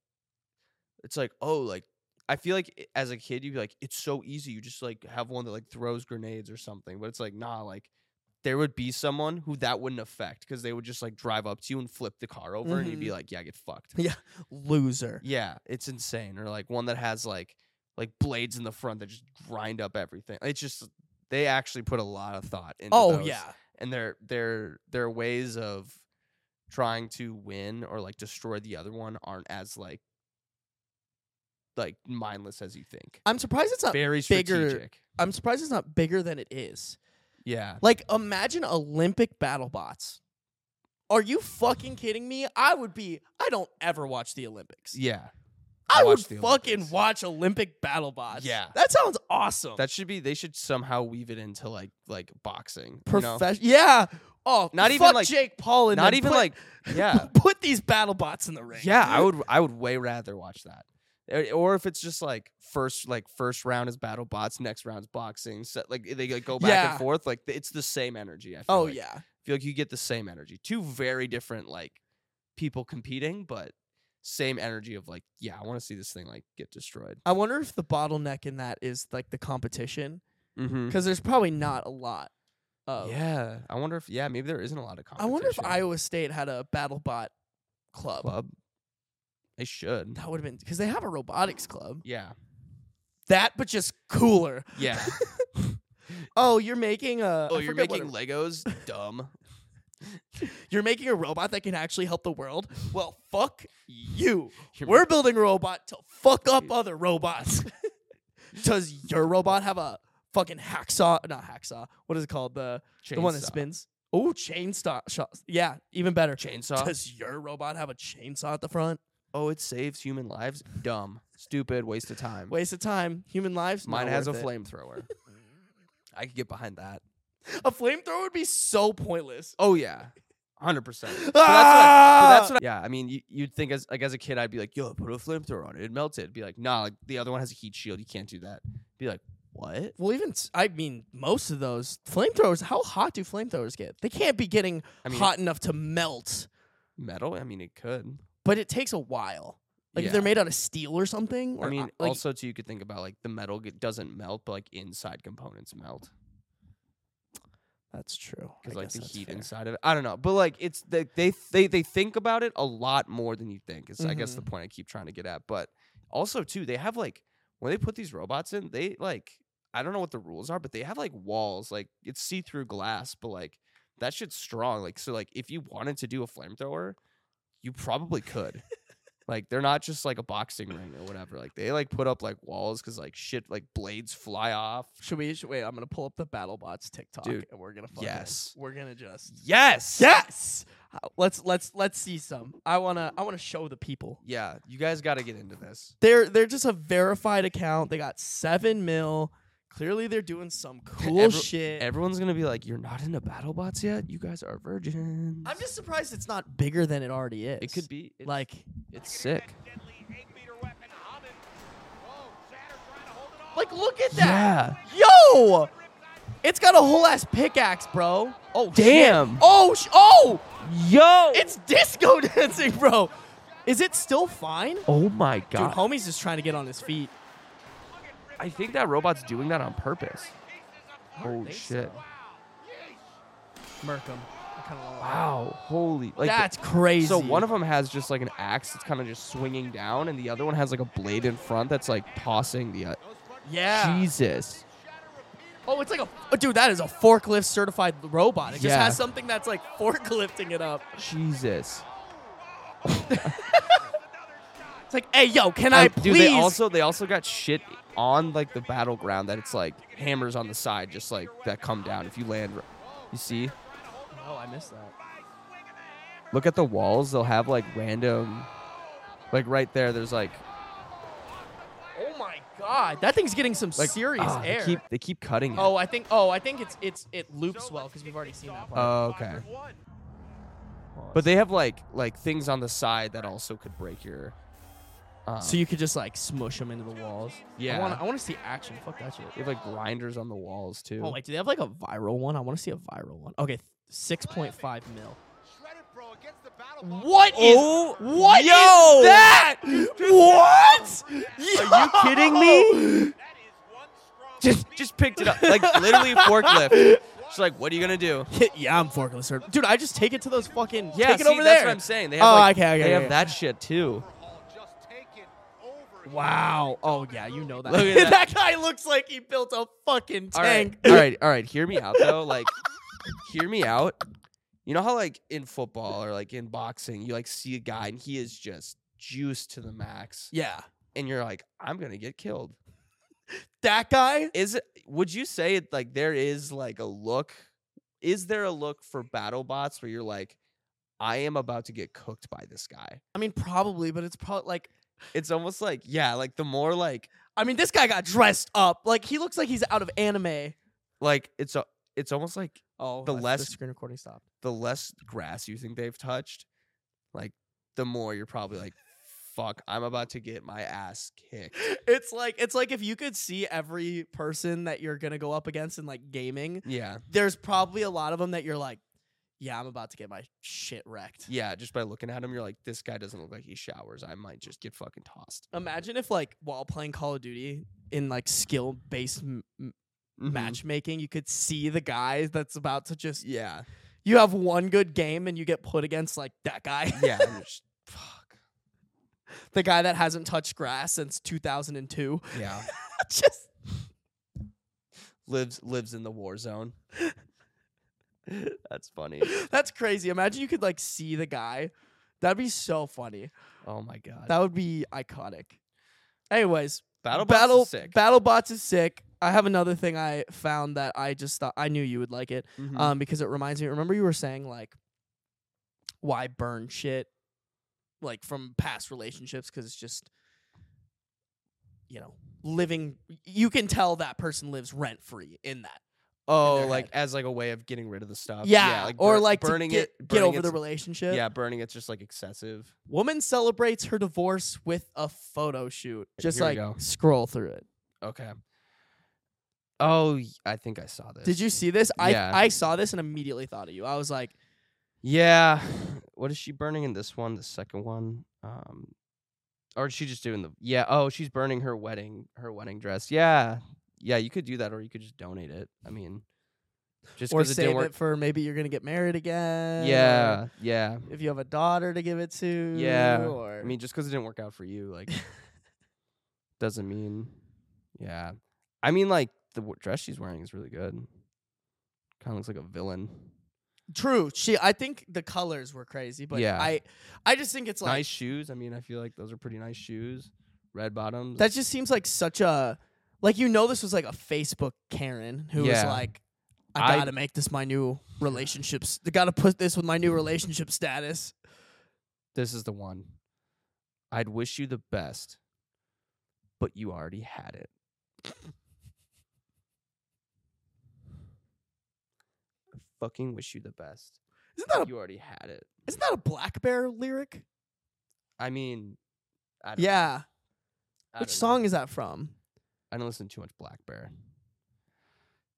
S1: it's like oh like i feel like i- as a kid you'd be like it's so easy you just like have one that like throws grenades or something but it's like nah like there would be someone who that wouldn't affect because they would just like drive up to you and flip the car over and you'd
S2: Mm-hmm.
S1: be like yeah get fucked
S2: loser.
S1: yeah it's insane or like one that has like like blades in the front that just grind up everything it's just they actually put a lot of thought into
S2: Oh
S1: those
S2: yeah,
S1: and their their their ways of trying to win or like destroy the other one aren't as like like mindless as you think.
S2: I'm surprised it's not.
S1: Very
S2: Uh, bigger-
S1: strategic.
S2: I'm surprised it's not bigger than it is.
S1: Yeah.
S2: Like, imagine Olympic battle bots. Are you fucking kidding me? I would be. I don't ever watch the Olympics.
S1: Yeah.
S2: I, would
S1: watch the
S2: fucking
S1: Olympics.
S2: watch Olympic battle bots.
S1: Yeah.
S2: that sounds awesome.
S1: That should be they should somehow weave it into like like boxing. you know?
S2: professional. Yeah. Oh,
S1: Not
S2: fuck
S1: even, like-
S2: Jake Paul and
S1: Not
S2: then
S1: even
S2: put-
S1: like
S2: [LAUGHS]
S1: yeah.
S2: put these battle bots in the ring.
S1: Yeah, I would I would way rather watch that. Or- Or if it's just like first like first round is battle bots, next round is boxing. So like they like go back
S2: Yeah.
S1: and forth. Like it's the same energy. I feel
S2: Oh
S1: like.
S2: yeah.
S1: feel like you get the same energy. Two very different like people competing, but same energy of like, yeah, I want to see this thing like get destroyed.
S2: I wonder if the bottleneck in that is like the competition
S1: Mm-hmm.
S2: because there's probably not a lot. Of,
S1: Yeah, Um, I wonder if yeah maybe there isn't a lot of
S2: I
S1: competition.
S2: wonder if Iowa State had a battle bot club.
S1: club. They should.
S2: That would have been because they have a robotics club.
S1: Yeah,
S2: That, but just cooler.
S1: yeah.
S2: oh, you're making a.
S1: Oh,
S2: [LAUGHS] I
S1: you're
S2: forget what
S1: making
S2: it-
S1: Legos?
S2: [LAUGHS]
S1: Dumb.
S2: you're making a robot that can actually help the world. Well, fuck you.
S1: [LAUGHS] You're
S2: We're building a robot to fuck up other
S1: [LAUGHS]
S2: robots. [LAUGHS] Does your robot have a fucking hacksaw? Not hacksaw. What is it called? The the one that
S1: Chainsaw.
S2: spins. Oh, chainsaw. Shot. Yeah, even better.
S1: Chainsaw?
S2: Does your robot have a chainsaw at the front?
S1: oh, it saves human lives? Dumb. Stupid. Waste of time.
S2: Waste of time. Human lives.
S1: Mm. Mine
S2: not
S1: has a
S2: worth it. [LAUGHS]
S1: flamethrower. I could get behind that.
S2: A flamethrower would be so pointless.
S1: Oh, yeah. 100%. But that's what I- but
S2: Ah!
S1: that's what I- yeah, I mean, you, you'd think as like as a kid, I'd be like, "Yo, put a flamethrower on it, it melts it." Be like, "Nah, like, the other one has a heat shield. You can't do that." Be like, "What?"
S2: well, even s- I mean, most of those flamethrowers. How hot do flamethrowers get? They can't be getting
S1: I mean,
S2: hot enough to melt,
S1: metal. I mean, it could.
S2: but it takes a while. Like if they're
S1: Yeah.
S2: made out of steel or something. Or
S1: I mean,
S2: uh, like,
S1: also too, you could think about like the metal get, doesn't melt, but like inside components melt
S2: that's true. I
S1: because like
S2: guess
S1: the
S2: that's
S1: heat
S2: fair.
S1: inside of it. I don't know, but like it's they they they, they think about it a lot more than you think. Is I
S2: Mm-hmm.
S1: guess the point I keep trying to get at. But also too, they have like when they put these robots in, they like I don't know what the rules are, but they have like walls, like it's see through glass, but like that shit's strong. Like so, like if you wanted to do a flamethrower, you probably
S2: [LAUGHS]
S1: could. Like they're not just like a boxing ring or whatever. Like they like put up like walls because like shit like blades fly off.
S2: Should we? Should, wait, I'm gonna pull up the BattleBots TikTok
S1: Dude,
S2: and we're gonna. Fucking,
S1: yes.
S2: We're gonna just.
S1: Yes.
S2: Yes. Uh, Let's let's let's see some. I wanna I wanna show the people.
S1: Yeah. You guys got to get into this.
S2: They're they're just a verified account. They got seven mil. Clearly, they're doing some cool
S1: Every-
S2: shit.
S1: Everyone's gonna be like, "You're not into BattleBots yet. You guys are virgins."
S2: I'm just surprised it's not bigger than it already is.
S1: It could be. It's,
S2: like
S1: it's sick.
S2: [LAUGHS] like look at that.
S1: Yeah.
S2: Yo, it's got a whole ass pickaxe, bro. Oh shit.
S1: Damn.
S2: Oh sh- oh,
S1: Yo.
S2: it's disco [LAUGHS] dancing, bro. Is it still fine?
S1: Oh my
S2: Dude,
S1: god.
S2: homie's just trying to get on his feet.
S1: I think that robot's doing that on purpose. Oh
S2: think
S1: shit.
S2: Merk him. I kinda wanna-
S1: Wow. Holy. Like.
S2: That's crazy.
S1: So one of them has just like an axe that's kind of just swinging down, and the other one has like a blade in front that's like tossing the. Uh,
S2: yeah.
S1: Jesus.
S2: Oh, it's like a oh, dude. That is a forklift certified robot. It just
S1: Yeah.
S2: has something that's like forklifting it up.
S1: Jesus.
S2: It's like, hey, yo, can I,
S1: do Uh,
S2: please?
S1: Um, they also they also got shit on like the battleground that it's like hammers on the side just like that come down if you land r- you see
S2: oh, I missed that.
S1: look at the walls they'll have like random like right there there's like
S2: Oh my god, that thing's getting some
S1: like
S2: serious
S1: ah,
S2: air.
S1: they keep they keep cutting it.
S2: oh, I think. Oh, I think it's it's it loops well because we've already seen that. Part.
S1: Oh, okay but they have like like things on the side that also could break your um,
S2: so you could just like smush them into the walls. I
S1: Yeah.
S2: want I want to see action. Fuck that shit.
S1: they have like grinders on the walls too
S2: Oh wait, do they have like a viral one? I want to see a viral one. Okay, six point five mil. What is
S1: Oh,
S2: what is
S1: yo!
S2: that? What?
S1: Are you kidding me? just just picked it up like literally
S2: [LAUGHS]
S1: forklift she's like what are you gonna do
S2: [LAUGHS] yeah, I'm forklift cert. Dude, I just take it to those fucking.
S1: yeah
S2: take it
S1: see,
S2: over
S1: that's
S2: there.
S1: what i'm saying they have
S2: Oh,
S1: like,
S2: okay, okay,
S1: they have
S2: okay.
S1: that shit too
S2: Wow. Oh yeah, you know that.
S1: Look
S2: [LAUGHS]
S1: at that.
S2: guy looks like he built a fucking
S1: All right,
S2: tank.
S1: all right, all right. Hear me out though. Like, hear me out. You know how like in football or like in boxing, you like see a guy and he is just juiced to the max,
S2: Yeah.
S1: and you're like, I'm gonna get killed.
S2: That guy?
S1: Is it? Would you say it like there is like a look? Is there a look for battle bots where you're like, I am about to get cooked by this guy?
S2: I mean, probably, but it's probably like
S1: It's almost like yeah, like the more like
S2: I mean, this guy got dressed up. Like he looks like he's out of anime.
S1: like it's a it's almost like
S2: Oh,
S1: The
S2: that's-
S1: less-
S2: screen recording [LAUGHS] stopped.
S1: the less grass you think they've touched, like the more you're probably like, fuck, I'm about to get my ass kicked.
S2: It's like it's like if you could see every person that you're gonna go up against in like gaming, [LAUGHS]
S1: Yeah.
S2: there's probably a lot of them that you're like, yeah, I'm about to get my shit wrecked.
S1: Yeah. Just by looking at him, you're like, this guy doesn't look like he showers. I might just get fucking tossed.
S2: Imagine if like while playing Call of Duty in like skill based m- Mm-hmm.
S1: Mhm.
S2: matchmaking, you could see the guy that's about to just.
S1: Yeah.
S2: You have one good game and you get put against like that guy, [LAUGHS]
S1: Yeah. and you're just, fuck.
S2: the guy that [LAUGHS] hasn't touched grass since 2002.
S1: Yeah.
S2: just
S1: lives lives in the war zone. That's funny.
S2: That's crazy. Imagine you could like see the guy. That'd be so funny.
S1: Oh my god.
S2: That would be iconic. Anyways,
S1: Battle
S2: battle
S1: Battle sick.
S2: BattleBots is sick. I have another thing I found that I just thought I knew you would like it.
S1: Mhm.
S2: Um, because it reminds me. Remember you were saying like, why burn shit, like from past relationships? Because it's just, you know, living. You can tell that person lives rent free in that.
S1: oh,
S2: their
S1: like as like a way of getting rid of the stuff.
S2: yeah, or
S1: bur-
S2: like to
S1: burning
S2: get,
S1: it.
S2: get
S1: burning
S2: over the
S1: it's-
S2: relationship.
S1: Yeah, burning it's just like excessive.
S2: Woman celebrates her divorce with a photo shoot. Just
S1: Here we
S2: like
S1: go.
S2: scroll through it.
S1: Okay. Oh, y- I think I saw this.
S2: Did you see this? I
S1: Yeah.
S2: I saw this and immediately thought of you. I was like,
S1: Yeah. [SIGHS] What is she burning in this one? The second one? Um or is she just doing the Yeah, oh, she's burning her wedding her wedding dress. Yeah. Yeah, you could do that or you could just donate it. I mean just
S2: or
S1: because it
S2: save
S1: didn't
S2: it,
S1: work.
S2: for maybe you're gonna get married again. or
S1: yeah, yeah.
S2: If you have a daughter to give it to.
S1: Yeah,
S2: Or
S1: I mean just because it didn't work out for you,
S2: [LAUGHS]
S1: like doesn't mean yeah. I mean like the w- dress she's wearing is really good. Kind of looks like a villain.
S2: true. She. I think the colors were crazy, but
S1: Yeah.
S2: I I just think it's like
S1: nice shoes. I mean, I feel like those are pretty nice shoes. Red bottoms.
S2: that. Just seems like such a like you know this was like a Facebook Karen who was
S1: Yeah.
S2: like.
S1: I-
S2: I gotta make this my new relationships. Gotta put this with my new relationship status.
S1: this is the one. I'd wish you the best, but you already had it. I fucking wish you the best.
S2: Isn't that
S1: but
S2: a
S1: you already had it.
S2: isn't that a Black Bear lyric?
S1: I mean, I don't know.
S2: Yeah.
S1: I
S2: Which
S1: don't know.
S2: song is that from?
S1: I don't listen to too much Black Bear.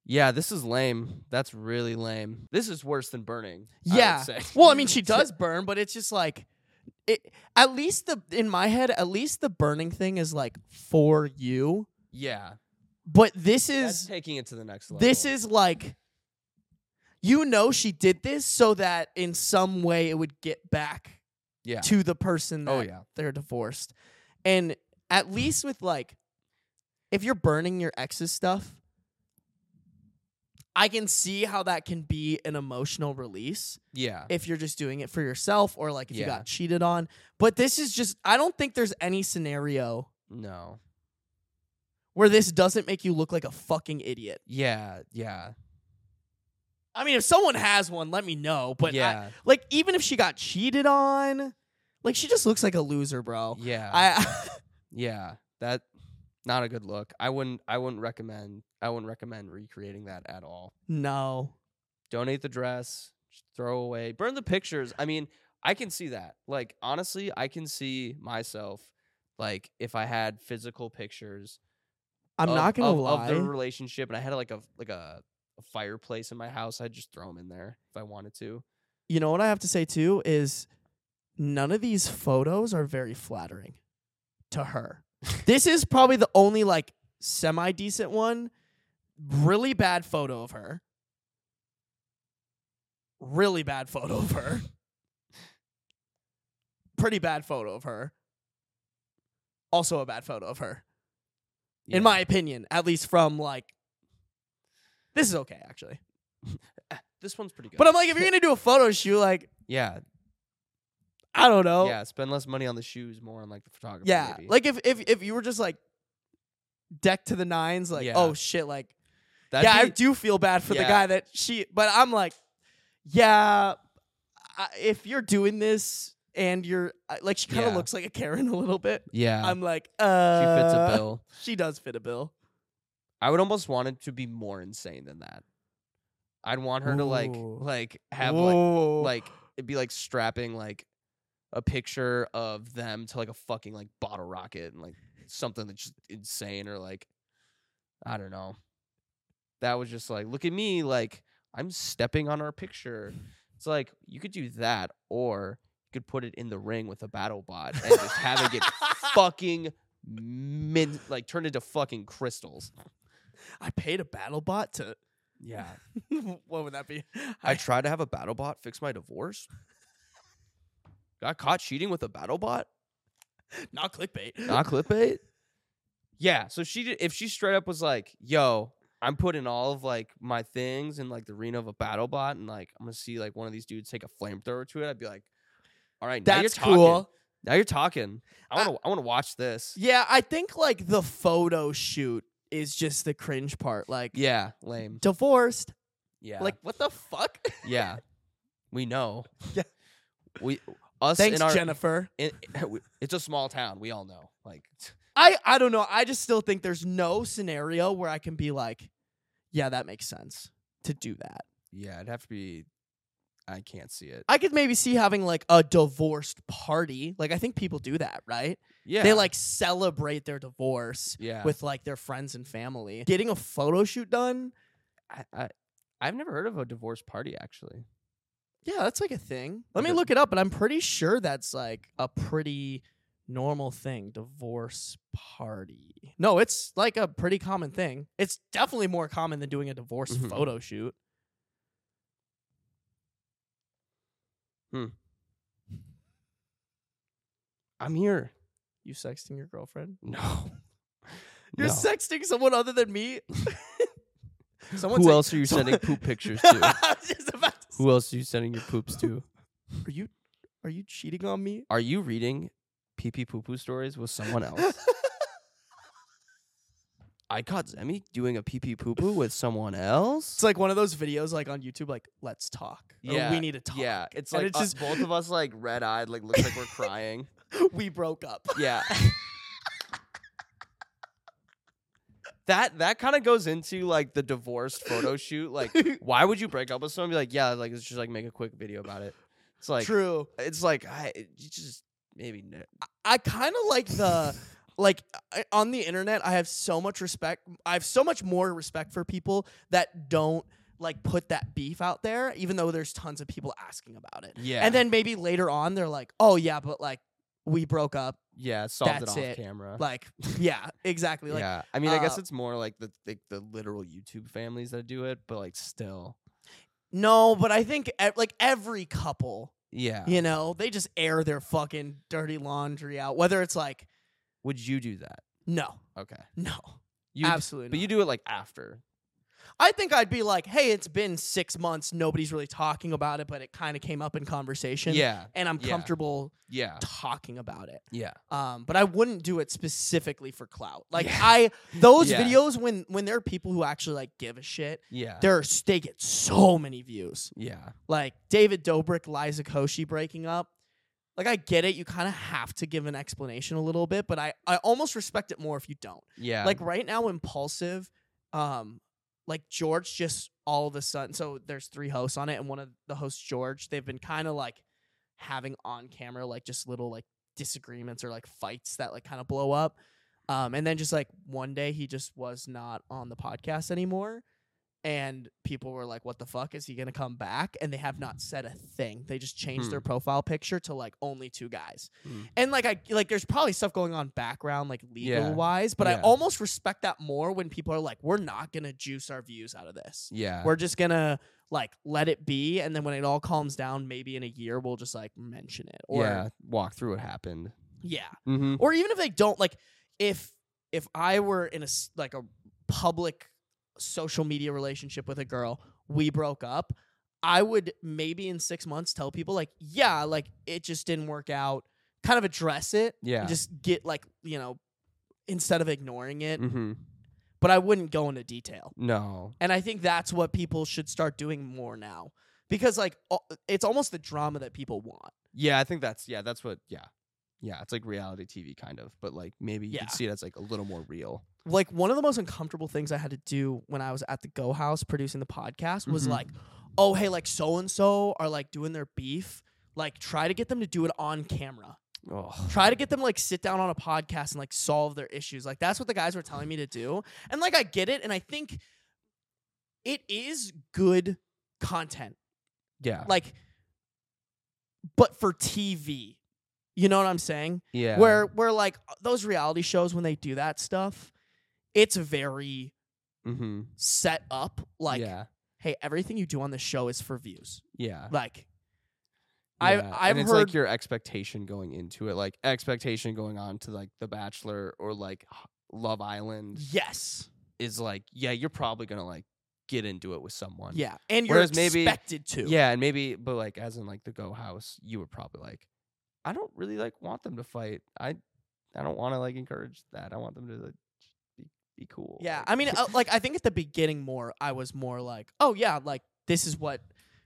S1: Yeah, this is lame. That's really lame. This is worse than burning. I would
S2: Yeah.
S1: say.
S2: Well, I
S1: [LAUGHS]
S2: mean, she does burn, but it's just like, it. At least the in my head, at least the burning thing is like for you.
S1: yeah,
S2: But this
S1: that's
S2: is
S1: taking it to the next level.
S2: this is like, you know, she did this so that in some way it would get back
S1: yeah.
S2: to the person that
S1: Oh yeah.
S2: they're divorced, and at least with like, if you're burning your ex's stuff. I can see how that can be an emotional release.
S1: Yeah.
S2: if you're just doing it for yourself or like if you
S1: Yeah.
S2: got cheated on. But this is just I don't think there's any scenario
S1: No.
S2: where this doesn't make you look like a fucking idiot.
S1: Yeah, yeah.
S2: I mean, if someone has one, let me know. But I-
S1: yeah,
S2: like even if she got cheated on, like she just looks like a loser, bro.
S1: yeah,
S2: I [LAUGHS]
S1: yeah. Oh. That not a good look. I wouldn't. I wouldn't recommend. I wouldn't recommend recreating that at all.
S2: no.
S1: Donate the dress. just Throw away. Burn the pictures. I mean, I can see that. Like honestly, I can see myself. Like if I had physical pictures,
S2: I'm
S1: of-
S2: not gonna
S1: of,
S2: lie.
S1: of the relationship, and I had like a like a, a fireplace in my house. I'd just throw them in there if I wanted to.
S2: you know what I have to say too is none of these photos are very flattering
S1: [LAUGHS]
S2: to her. this is probably the only like semi decent one, really bad photo of her. Really bad photo of her. Pretty bad photo of her. Also a bad photo of her,
S1: Yeah.
S2: in my opinion, at least from like. This is okay, actually.
S1: this one's pretty good.
S2: But I'm like, if you're gonna do a photo shoot, like,
S1: yeah,
S2: I don't know.
S1: yeah. Spend less money on the shoes, more on like the photography.
S2: Oh. Yeah,
S1: maybe.
S2: like if if if you were just like decked to the nines, like
S1: Yeah.
S2: oh shit, like
S1: That'd
S2: yeah, I
S1: be-
S2: do feel bad for the
S1: Yeah.
S2: guy that she. But I'm like, yeah, I, if you're doing this and you're I- like, she kind of
S1: Yeah.
S2: looks like a Karen a little bit.
S1: yeah.
S2: I'm like,
S1: she
S2: uh,
S1: fits a bill.
S2: She does fit a bill.
S1: I would almost want it to be more insane than that. I'd want her to like
S2: Ooh.
S1: like have
S2: Whoa.
S1: like like it'd be like strapping like a picture of them to like a fucking like bottle rocket and like something that's just insane or like I don't know. That was just like look at me like I'm stepping on our picture. It's like you could do that or you could put it in the ring with a battle bot and just have [LAUGHS] it get fucking min- like turned into fucking crystals.
S2: [LAUGHS] I paid a battle bot to. [LAUGHS]
S1: Yeah.
S2: what would that be?
S1: I tried to have a battle bot fix my [LAUGHS] divorce. Got caught cheating with a battle bot.
S2: not clickbait.
S1: Not clip bait. Yeah. So she did, if she straight up was like, yo, I'm putting all of like my things in like the arena of a battle bot, and like I'm gonna see like one of these dudes take a flamethrower to it. I'd be like, all right, now you're
S2: That's
S1: talking.
S2: cool.
S1: Now you're talking. I
S2: I-
S1: want to. I want to watch this.
S2: Yeah, I think like the photo shoot is just the cringe part. Like
S1: Yeah, lame.
S2: divorced.
S1: Yeah,
S2: Like what the fuck?
S1: [LAUGHS] yeah, we know.
S2: Yeah.
S1: we us
S2: Thanks,
S1: in our.
S2: Jennifer.
S1: in- [LAUGHS] we- it's a small town. We all know. Like,
S2: I I don't know. I just still think there's no scenario where I can be like, yeah, that makes sense to do that.
S1: yeah, it'd have to be. I can't see it.
S2: I could maybe see having like a divorced party. Like I think people do that, right?
S1: Yeah,
S2: They like celebrate their divorce
S1: yeah.
S2: with like their friends and family. Getting a photo shoot done?
S1: I, I, I've never heard of a divorce party actually.
S2: Yeah, that's like a thing. Let me
S1: Okay.
S2: look it up, but I'm pretty sure that's like a pretty normal thing. Divorce party. No, it's like a pretty common thing. It's definitely more common than doing a divorce
S1: Mhm.
S2: photo shoot.
S1: I'm here. [LAUGHS]
S2: You sexting your girlfriend?
S1: No.
S2: You're
S1: No.
S2: sexting someone other
S1: [LAUGHS]
S2: than me? Someone
S1: Who
S2: take- [LAUGHS]
S1: else are you sending poop pictures to?
S2: I was just about to
S1: Who else are you sending your poops to?
S2: Are you are you cheating on me?
S1: Are you reading pee pee poo poo stories with someone
S2: [LAUGHS]
S1: else? I caught Zemi doing a pee pee poo poo with someone else.
S2: It's like one of those videos like on YouTube, like let's talk. or
S1: Yeah,
S2: we need to talk.
S1: yeah, it's
S2: oh, And
S1: like
S2: it's
S1: us-
S2: just-
S1: both of us like red eyed, like looks like we're crying.
S2: [LAUGHS] we broke up. [LAUGHS]
S1: Yeah. That that kind of goes into like the divorced photo shoot.
S2: [LAUGHS]
S1: Like, why would you break up with someone? Be like, yeah, like let's just like make a quick video about it. It's like
S2: True.
S1: it's like I it just maybe n-
S2: I kind of like the
S1: [LAUGHS]
S2: like I, on the internet. I have so much respect. I have so much more respect for people that don't like put that beef out there, even though there's tons of people asking about it.
S1: yeah,
S2: And then maybe later on, they're like, "Oh yeah, but like we broke
S1: [LAUGHS]
S2: up.
S1: yeah, solved it
S2: that's
S1: off
S2: it.
S1: camera.
S2: Like yeah, exactly. Like
S1: yeah, I mean, I guess
S2: uh,
S1: it's more like the like the literal YouTube families that do it, but like still,
S2: no, but I think ev- like every couple."
S1: yeah.
S2: You know, they just air their fucking dirty laundry out. Whether it's like,
S1: Would you do that?
S2: no,
S1: Okay,
S2: no,
S1: you
S2: absolutely.
S1: but you
S2: not.
S1: do it like after.
S2: I think I'd be like, hey, it's been six months. Nobody's really talking about it, but it kind of came up in conversation.
S1: Yeah,
S2: And I'm
S1: yeah. Uh.
S2: comfortable
S1: yeah,
S2: talking about it.
S1: yeah.
S2: Um, but I wouldn't do it specifically for clout. Like
S1: Yeah.
S2: I, those
S1: Yeah. Uh.
S2: videos when when there are people who actually like give a shit,
S1: Yeah.
S2: they're they get so many views.
S1: yeah.
S2: like David Dobrik, Liza Koshy breaking up. Like I get it, you kind of have to give an explanation a little bit, but I I almost respect it more if you don't.
S1: Yeah.
S2: Like right now, impulsive, um, like George just all of a sudden. So there's three hosts on it, and one of the hosts, George, they've been kind of like having on camera like just little like disagreements or like fights that like kind of blow up. Um, and then just like one day he just was not on the podcast anymore. And people were like, what the fuck? Is he going to come back? And they have not said a thing. They just changed
S1: Hmm.
S2: their profile picture to like only two guys.
S1: Hmm.
S2: And like, I like, there's probably stuff going on background, like legal
S1: Yeah.
S2: wise, but I
S1: Yeah.
S2: almost respect that more when people are like, we're not going to juice our views out of this.
S1: yeah.
S2: We're just going to like let it be. And then when it all calms down, maybe in a year, we'll just like mention it. Or,
S1: yeah. Walk through what happened.
S2: yeah
S1: Mm-hmm.
S2: or even if they don't like if if i were in a s- like a public social media relationship with a girl we broke up i would maybe in six months tell people like yeah like it just didn't work out kind of address it
S1: Yeah.
S2: and just get like you know instead of ignoring it
S1: mm-hmm.
S2: but i wouldn't go into detail
S1: No.
S2: and i think that's what people should start doing more now because like al- it's almost the drama that people want
S1: Yeah, I think that's yeah, that's what yeah. Yeah, it's like reality TV kind of, but like maybe you
S2: Yeah.
S1: can see it as like a little more real.
S2: like one of the most uncomfortable things I had to do when I was at the Go House producing the podcast was
S1: Mhm.
S2: like, oh hey, like so and so are like doing their beef. Like try to get them to do it on camera.
S1: Oh.
S2: Try to get them like sit down on a podcast and like solve their issues. Like that's what the guys were telling me to do. And like I get it and I think it is good content.
S1: Yeah.
S2: Like but for TV. You know what I'm saying?
S1: yeah.
S2: where where like those reality shows when they do that stuff it's very
S1: mm-hmm.
S2: set up like
S1: yeah.
S2: hey everything you do on the show is for views
S1: Yeah.
S2: like I've-
S1: yeah.
S2: I've
S1: and it's
S2: heard-
S1: like your expectation going into it, like expectation going on to like The Bachelor or like H- Love Island
S2: yes
S1: is like, yeah, you're probably gonna like get into it with someone.
S2: Yeah, and
S1: Whereas
S2: you're
S1: maybe-
S2: expected to.
S1: Yeah, and maybe, but like as in like the Go House, you were probably like, I don't really like want them to fight. I, I don't want to like encourage that. I want them to like just be be cool.
S2: Yeah,
S1: like- [LAUGHS]
S2: I mean, uh, like I think at the beginning more, I was more like, oh yeah, like this is what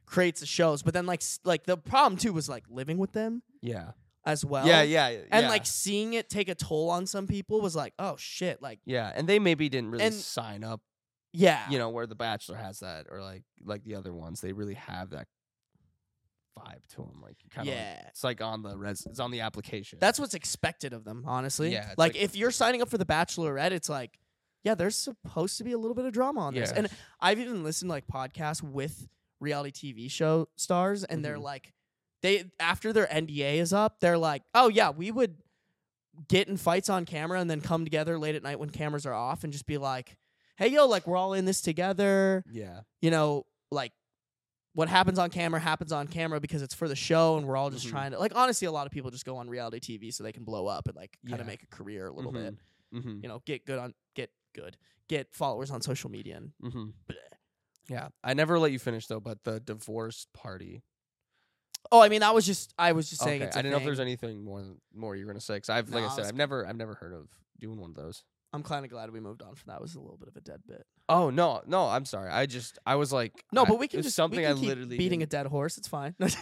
S2: creates the shows. But then like s- like the problem too was like living with them
S1: yeah,
S2: as well.
S1: yeah, yeah, yeah,
S2: And like seeing it take a toll on some people was like, oh shit, like
S1: yeah, and they maybe didn't really
S2: And-
S1: sign up.
S2: yeah,
S1: You know where The Bachelor has that, or like like the other ones, they really have that vibe to them. Like kind of,
S2: Yeah.
S1: it's like on the res, it's on the application.
S2: that's what's expected of them, honestly.
S1: Yeah, it's
S2: like,
S1: like-
S2: if you're signing up for the Bachelorette, it's like, yeah, there's supposed to be a little bit of drama on this.
S1: Yeah.
S2: And I've even listened to like podcasts with reality TV show stars, and they're
S1: Mhm.
S2: like, they after their NDA is up, they're like, oh yeah, we would get in fights on camera and then come together late at night when cameras are off and just be like, hey yo, like we're all in this together.
S1: yeah,
S2: You know, like what happens on camera happens on camera because it's for the show and we're all just
S1: Mhm.
S2: trying to like honestly a lot of people just go on reality TV so they can blow up and like kind
S1: Yeah.
S2: of make a career a little bit.
S1: hmm
S2: You know, get good on get good. Get followers on social media and
S1: hmm Yeah, I never let you finish though, but the divorce party
S2: Oh, I mean, that was just I was just saying.
S1: Okay,
S2: It's
S1: I
S2: I
S1: didn't know if there's anything more than- more you're gonna say. Cause I've like
S2: No,
S1: I
S2: I
S1: said,
S2: was-
S1: I've never I've never heard of doing one of those.
S2: I'm kind of glad we moved on from that. It was a little bit of a dead bit.
S1: Oh no, no, I'm sorry. I just I was like,
S2: No,
S1: I-
S2: but we
S1: it
S2: can
S1: was
S2: just
S1: something
S2: we can
S1: I
S2: keep
S1: literally
S2: beating a
S1: didn't-
S2: dead horse.
S1: [LAUGHS]
S2: It's fine.
S1: It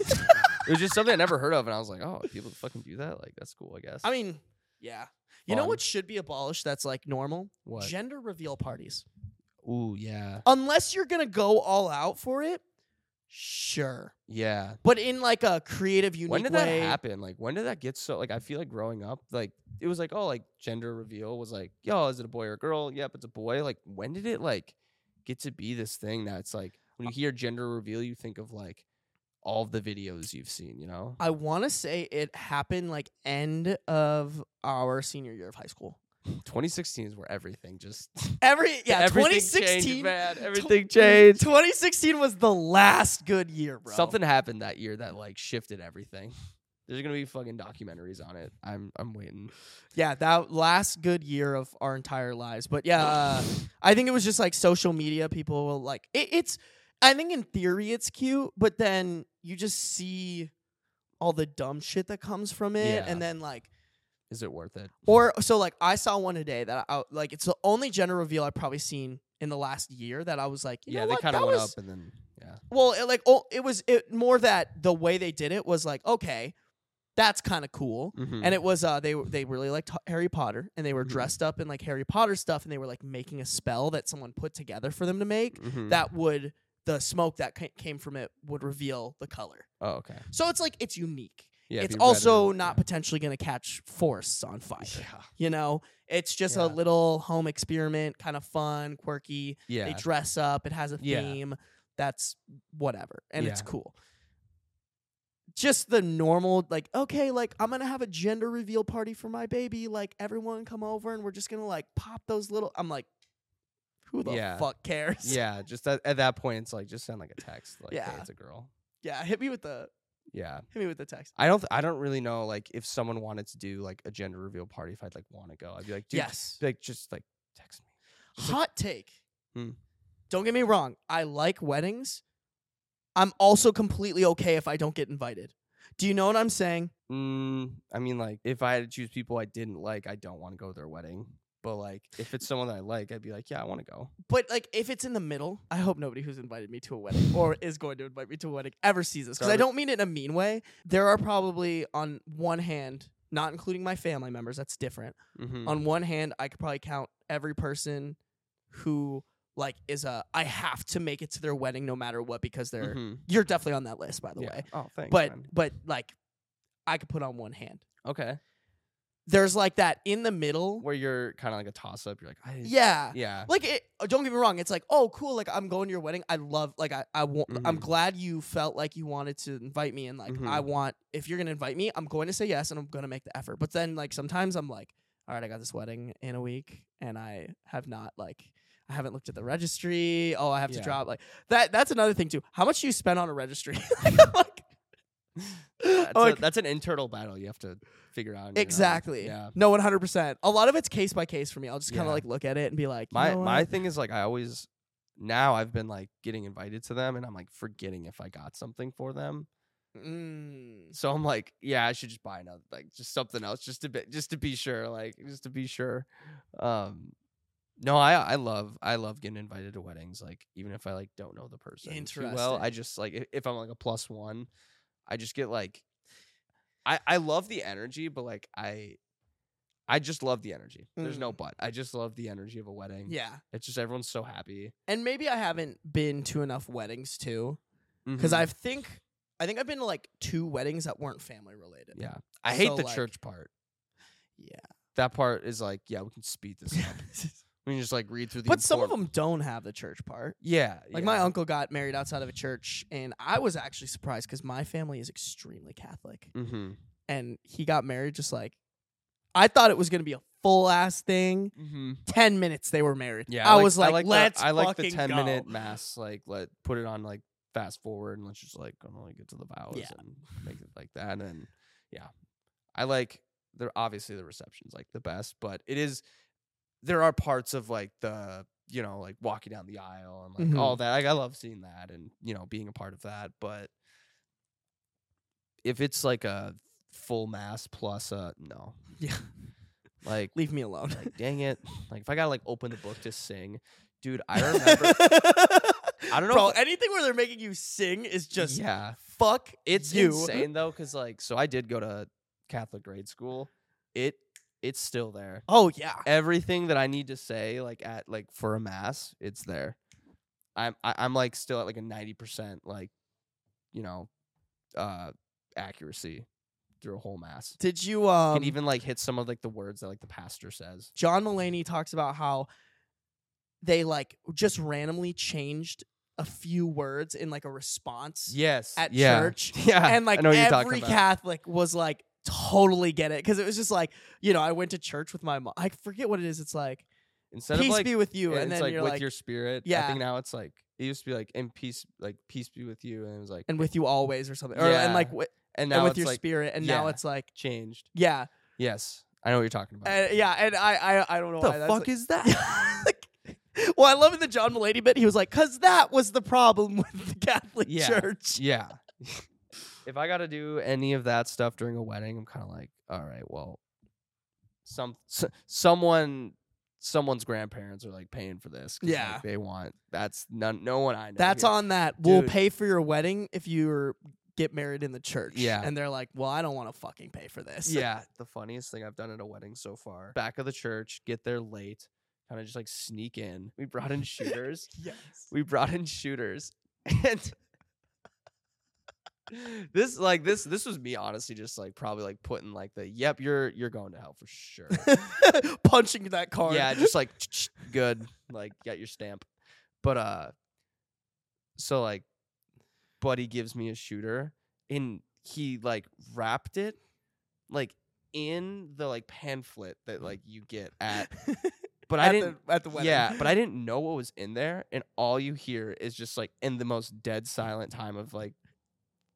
S1: was just something I never heard of, and I was like, oh, people fucking do that. Like that's cool, I guess.
S2: I mean, yeah. You know
S1: Fun.
S2: what should be abolished? That's like normal
S1: what?
S2: gender reveal parties.
S1: Ooh, yeah,
S2: Unless you're gonna go all out for it, sure.
S1: yeah.
S2: But in like a creative, unique
S1: When did that
S2: way.
S1: happen? Like when did that get so? Like I feel like growing up, like it was like oh, like gender reveal was like, yo, is it a boy or a girl? Yep, it's a boy. Like when did it like get to be this thing that's like when
S2: Uh
S1: you hear gender reveal, you think of like all the videos you've seen, you know?
S2: I want to say it happened like end of our senior year of high school.
S1: 2016 is where everything just [LAUGHS]
S2: Every yeah,
S1: everything changed,
S2: 2016
S1: man.
S2: Tw-
S1: Everything changed.
S2: 2016 was the last good year, bro.
S1: Something happened that year that like shifted everything. There's gonna be fucking documentaries on it. I'm I'm waiting.
S2: Yeah, that last good year of our entire lives. But yeah, uh, I think it was just like social media. People will like it, it's. I think in theory it's cute, but then you just see all the dumb shit that comes from it,
S1: Yeah.
S2: and then like
S1: Is it worth it?
S2: or so like I saw one today that I like it's the only gender reveal I've probably seen in the last year that I was like, you
S1: yeah,
S2: know
S1: they
S2: what?
S1: kind of
S2: That
S1: went
S2: was-
S1: up and then yeah.
S2: Well, it, like oh, it was it more that the way they did it was like okay, that's kind of cool.
S1: Mhm.
S2: and it was uh they they really liked Ha- Harry Potter and they were
S1: Mhm.
S2: dressed up in like Harry Potter stuff and they were like making a spell that someone put together for them to make
S1: Mhm.
S2: that would the smoke that ca- came from it would reveal the color.
S1: Oh, okay.
S2: So it's like it's unique.
S1: Yeah,
S2: it's
S1: be red
S2: also
S1: and-
S2: not
S1: [LAUGHS] yeah.
S2: potentially going to catch forests on fire.
S1: Yeah,
S2: You know, it's just
S1: Yeah.
S2: a little home experiment, kind of fun, quirky.
S1: yeah.
S2: They dress up. It has a
S1: Yeah.
S2: theme. That's whatever, and it's
S1: Yeah.
S2: cool. Just the normal, like, okay, like I'm gonna have a gender reveal party for my baby. Like everyone come over, and we're just gonna like pop those little. I'm like, who the
S1: Yeah.
S2: fuck cares?
S1: yeah, just at, at that point, it's like just send like a text, like hey,
S2: Yeah.
S1: it's a girl.
S2: [LAUGHS] yeah. Hit me with the
S1: Yeah,
S2: hit me with the text.
S1: I don't, th- I don't really know like if someone wanted to do like a gender reveal party, if I'd like want to go, I'd be like, dude,
S2: yes.
S1: like just like text me. just, like-
S2: Hot take.
S1: Hmm.
S2: Don't get me wrong. I like weddings. I'm also completely okay if I don't get invited. Do you know what I'm saying?
S1: Mm, I mean, like, if I had to choose people I didn't like, I don't want to go to their wedding. But like, if it's someone that I like, I'd be like, yeah, I want to go.
S2: But like, if it's in the middle, I hope nobody who's invited me to a wedding or is going to invite me to a wedding ever sees this because I
S1: Sorry.
S2: don't mean it in a mean way. There are probably, on one hand, not including my family members, that's different.
S1: Mm-hmm.
S2: On one hand, I could probably count every person who like is a I have to make it to their wedding no matter what because they're you're definitely on that list by the way.
S1: Oh, Mm-hmm. thanks.
S2: But
S1: man.
S2: but like, I could put on one hand.
S1: okay,
S2: There's like that in the middle.
S1: where you're kind of like a toss up. You're like, I,
S2: Yeah.
S1: yeah,
S2: like it, uh, don't get me wrong it's like oh cool like i'm going to your wedding i love like i, I want i'm
S1: Mhm.
S2: glad you felt like you wanted to invite me and like
S1: Mhm.
S2: i want if you're gonna invite me i'm going to say yes and i'm gonna make the effort but then like sometimes i'm like all right i got this wedding in a week and i have not like i haven't looked at the registry oh i have
S1: Yeah.
S2: [LAUGHS] to drop like that that's another thing too how much do you spend on a registry Like, I'm like,
S1: That's, a-
S2: Like-
S1: that's an internal battle you have to figure out. on your own.
S2: Exactly.
S1: Yeah.
S2: No, one hundred percent. A lot of it's case by case for me. I'll just kind of
S1: Yeah.
S2: like look at it and be like, you
S1: My
S2: know
S1: my
S2: what?
S1: thing is like I always now I've been like getting invited to them and I'm like forgetting if I got something for them.
S2: Mm.
S1: So I'm like, yeah, I should just buy another like just something else just to be just to be sure, like just to be sure. Um no, I I love I love getting invited to weddings like even if I like don't know the person too well. I
S2: Interesting.
S1: just like i- if I'm like a plus 1, I just get like I I love the energy, but like I I just love the energy. There's no
S2: Mm.
S1: but. I just love the energy of a wedding.
S2: Yeah.
S1: It's just everyone's so happy.
S2: And maybe I haven't been to enough weddings too, because
S1: Mhm.
S2: I think I think I've been to like two weddings that weren't family related. [LAUGHS]
S1: yeah, I hate
S2: so,
S1: the
S2: like-
S1: church part.
S2: Yeah.
S1: That part is like, yeah, we can speed this up. We can just like read through the.
S2: but some of
S1: inform-
S2: them don't have the church part.
S1: yeah,
S2: Like my
S1: yeah.
S2: uncle got married outside of a church, and I was actually surprised because my family is extremely Catholic,
S1: Mhm.
S2: and he got married just like I thought it was gonna be a full ass thing.
S1: Mhm.
S2: Ten minutes they were married.
S1: Yeah,
S2: I,
S1: like-
S2: was like,
S1: the-
S2: let's
S1: I like the
S2: fucking
S1: ten
S2: go."
S1: minute mass. Like, let put it on like fast forward, and let's just like I'm gonna get to the vows
S2: Yeah.
S1: and make it like that. And then, yeah, I like. They're obviously the reception's like the best, but it is. There are parts of like the you know like walking down the aisle and like
S2: Mhm.
S1: all that. Like, I love seeing that and you know being a part of that, but if it's like a full mass plus uh no
S2: Yeah,
S1: like
S2: leave me alone.
S1: like dang it like if i gotta like open the book to sing dude i
S2: [LAUGHS]
S1: remember I don't know
S2: Bro,
S1: if-
S2: anything where they're making you sing is just
S1: yeah
S2: fuck.
S1: it's
S2: you.
S1: insane though because like so i did go to catholic grade school it it's still there
S2: Oh yeah.
S1: everything that i need to say like at like for a mass it's there i'm I, i'm like still at like a 90% like you know uh accuracy through a whole mass
S2: Did you um
S1: can even like hit some of like the words that like the pastor says
S2: John Mulaney talks about how they like just randomly changed a few words in like a response
S1: yes
S2: at
S1: yeah.
S2: church.
S1: [LAUGHS] yeah
S2: And like
S1: I know what you're talking
S2: every
S1: about.
S2: Catholic was like totally get it. Cause it was just like, you know, I went to church with my mom. I forget what it is. It's like
S1: instead
S2: peace
S1: of like
S2: be with you.
S1: Yeah,
S2: and
S1: it's
S2: then
S1: like
S2: you're
S1: with
S2: like
S1: your spirit. I
S2: Yeah.
S1: think now it's like it used to be like and peace, like peace be with you, and it was like
S2: and with you always or something. Or and
S1: Yeah.
S2: like wi-
S1: and
S2: and
S1: now
S2: with
S1: it's
S2: your
S1: like
S2: spirit. And now
S1: yeah.
S2: it's like,
S1: changed.
S2: yeah.
S1: Yes, I know what you're talking about.
S2: And, yeah. And I I, I don't know
S1: what the
S2: why that's,
S1: fuck
S2: like-
S1: is that?
S2: [LAUGHS] Like, well, I love in the John Mulaney bit. He was like, "Cause that was the problem [LAUGHS] with the Catholic
S1: Yeah.
S2: Church."
S1: yeah. [LAUGHS] if I got to do any of that stuff during a wedding, I'm kind of like, all right, well, some s- someone. Someone's grandparents are like paying for this. 'cause, like,
S2: Yeah.
S1: they want that's none. No one I know.
S2: That's
S1: here-
S2: on that. We'll
S1: Dude.
S2: pay for your wedding if you get married in the church.
S1: Yeah.
S2: and they're like, "Well, I don't want to fucking pay for this."
S1: Yeah, the funniest thing I've done at a wedding so far. Back of the church, get there late, kind of just like sneak in. We brought in shooters.
S2: yes.
S1: [LAUGHS] we brought in shooters, and [LAUGHS] this like this this was me honestly just like probably like putting like the yep you're you're going to hell for sure.
S2: [LAUGHS] Punching that card.
S1: Yeah,
S2: [LAUGHS]
S1: just like good, like got your stamp. But uh, so like, Buddy gives me a shooter, and he like wrapped it, like in the like pamphlet that like you get at. But I
S2: at
S1: didn't.
S2: the, at the wedding.
S1: Yeah, but I didn't know what was in there, and all you hear is just like in the most dead silent time of like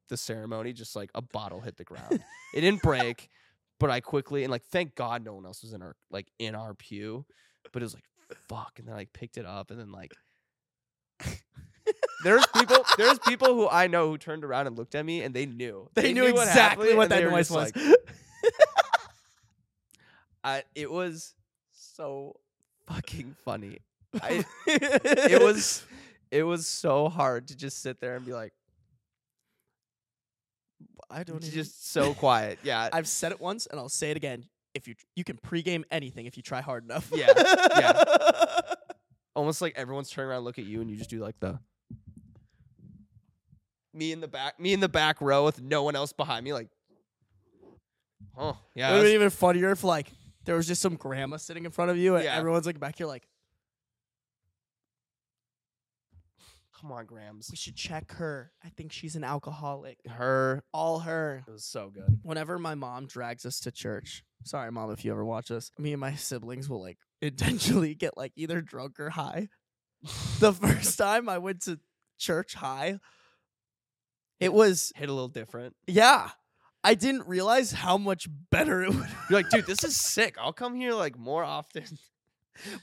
S1: the ceremony, just like a bottle hit the
S2: [LAUGHS]
S1: ground. it didn't break, but I quickly and like thank God no one else was in our like in our pew, but it was like fuck, and then I like, picked it up, and then like there's people there's people who I know who turned around and looked at me, and they knew
S2: [LAUGHS] They, knew,
S1: what
S2: exactly
S1: happened,
S2: what
S1: and
S2: that
S1: they were
S2: noise
S1: just
S2: was.
S1: like, I, it was so fucking funny.
S2: [LAUGHS]
S1: I- [LAUGHS] it was it was so hard to just sit there and be like
S2: I don't even-
S1: just so quiet. Yeah.
S2: I've said it once and I'll say it again. If you you can pregame anything if you try hard enough.
S1: Yeah,
S2: [LAUGHS] yeah.
S1: Almost like everyone's turning around to look at you and you just do like the me in the back me in the back row with no one else behind me like Oh,
S2: It
S1: yeah.
S2: would have been
S1: that's-
S2: even funnier if like there was just some grandma sitting in front of you and
S1: Yeah.
S2: everyone's like back here like
S1: Come on, Grams.
S2: we should check her. I think she's an alcoholic.
S1: Her
S2: All her.
S1: it was so good.
S2: Whenever my mom drags us to church, sorry mom if you ever watch this, me and my [LAUGHS] siblings will like intentionally get like either drunk or high. [LAUGHS] the
S1: [LAUGHS]
S2: first time I went to church high, it was
S1: Hit a little different.
S2: Yeah. I didn't realize how much better it would. [LAUGHS]
S1: You're like, dude, this is sick. I'll come here like more often.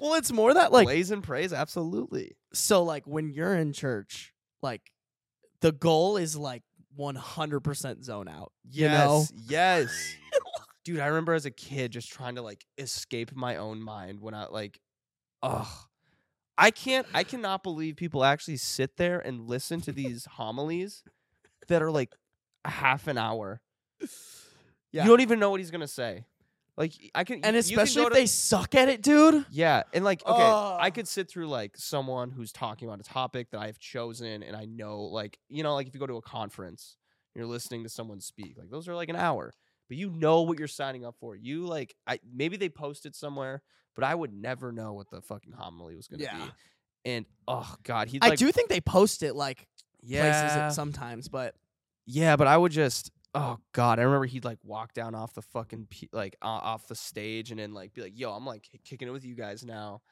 S2: well, it's more that like
S1: Blaze and praise, absolutely.
S2: so like when you're in church, like the goal is like 100% zone out. You know?
S1: Yes, yes. Dude, I remember as a kid just trying to like escape my own mind when I like, ugh. I can't, I cannot believe people actually sit there and listen to these homilies that are like a half an hour.
S2: Yeah.
S1: You don't even know what he's gonna say. Like I can,
S2: and
S1: you- you can
S2: especially
S1: go
S2: if
S1: to-
S2: they suck at it, dude.
S1: Yeah, and like okay, I
S2: Ugh.
S1: could sit through like someone who's talking about a topic that I've chosen and I know like, you know, like if you go to a conference, you're listening to someone speak. Like those are like an hour, but you know what you're signing up for. You like I maybe they posted somewhere, but I would never know what the fucking homily was going to
S2: Yeah.
S1: be. And oh god, he'd
S2: I
S1: like
S2: do think they post it like places
S1: yeah.
S2: it sometimes, but
S1: Yeah, but I would just oh god, I remember he'd like walk down off the fucking pe- like o off the stage and then like be like, "Yo, I'm like kicking it with you guys now,"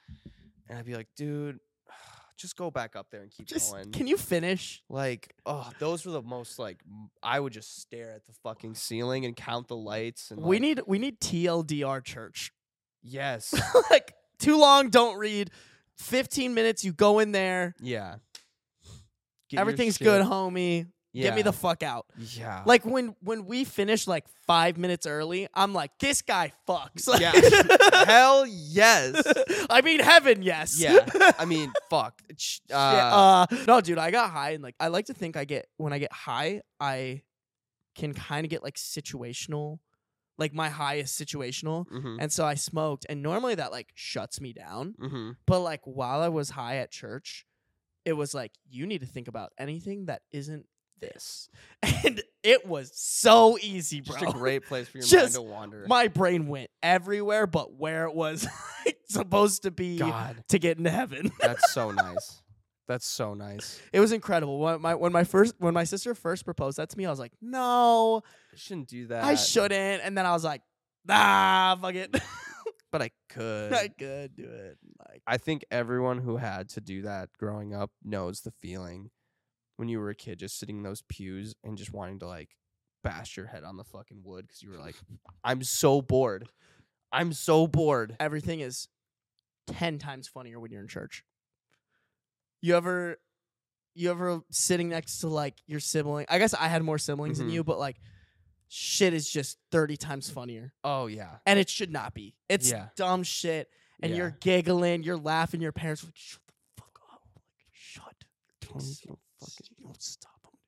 S1: and I'd be like, "Dude, [SIGHS] just go back up there and keep
S2: just
S1: going."
S2: can you finish?
S1: like, oh, those were the most like m- I would just stare at the fucking ceiling and count the lights. And
S2: We
S1: like,
S2: need we need TLDR church. [LAUGHS]
S1: yes,
S2: like too long, don't read. 15 minutes, you go in there.
S1: yeah, Get your
S2: Everything's
S1: shit-
S2: good, homie.
S1: Yeah. Ah.
S2: Get me the fuck out.
S1: yeah.
S2: Like when when we finish like five minutes early, I'm like, this guy fucks. [LAUGHS] Like- [LAUGHS]
S1: Yeah. [LAUGHS] Hell yes.
S2: I mean, heaven, yes. [LAUGHS]
S1: Yeah. Uh, I mean, fuck. Ch-
S2: Shit,
S1: uh,
S2: uh, no, dude, I got high and like I like to think I get when I get high, I can kind of get like situational. Like my high is situational.
S1: mhm,
S2: And so I smoked, and normally that like shuts me down.
S1: mhm.
S2: But like while I was high at church, it was like you need to think about anything that isn't this, [LAUGHS] and it was so easy, bro.
S1: Just a great place for your mind
S2: Just
S1: to wander.
S2: [LAUGHS] My brain went everywhere but where it was [LAUGHS] supposed to be
S1: God,
S2: to get into heaven.
S1: that's so nice. That's so nice.
S2: It was incredible. When my when my first when my sister first proposed that to me, I was like, no,
S1: [LAUGHS] I shouldn't do that.
S2: I shouldn't. And then I was like, ah, fuck it, [LAUGHS]
S1: but I could.
S2: I could do it. Like,
S1: I think everyone who had to do that growing up knows the feeling when you were a kid, just sitting in those pews and just wanting to like bash your head on the fucking wood because you were like, "I'm so bored. I'm so bored."
S2: everything is 10 times funnier when you're in church. You ever you ever sitting next to like your sibling? I guess I had more siblings
S1: Mhm.
S2: than you, but like shit is just 30 times funnier.
S1: Oh yeah,
S2: And it should not be. It's
S1: Yeah.
S2: dumb shit and
S1: Yeah.
S2: you're giggling, you're laughing, your parents are like shut the fuck up. Like, shut. your
S1: Tony,
S2: dicks, you
S1: don't
S2: don't
S1: fucking-
S2: you don't stop 'em.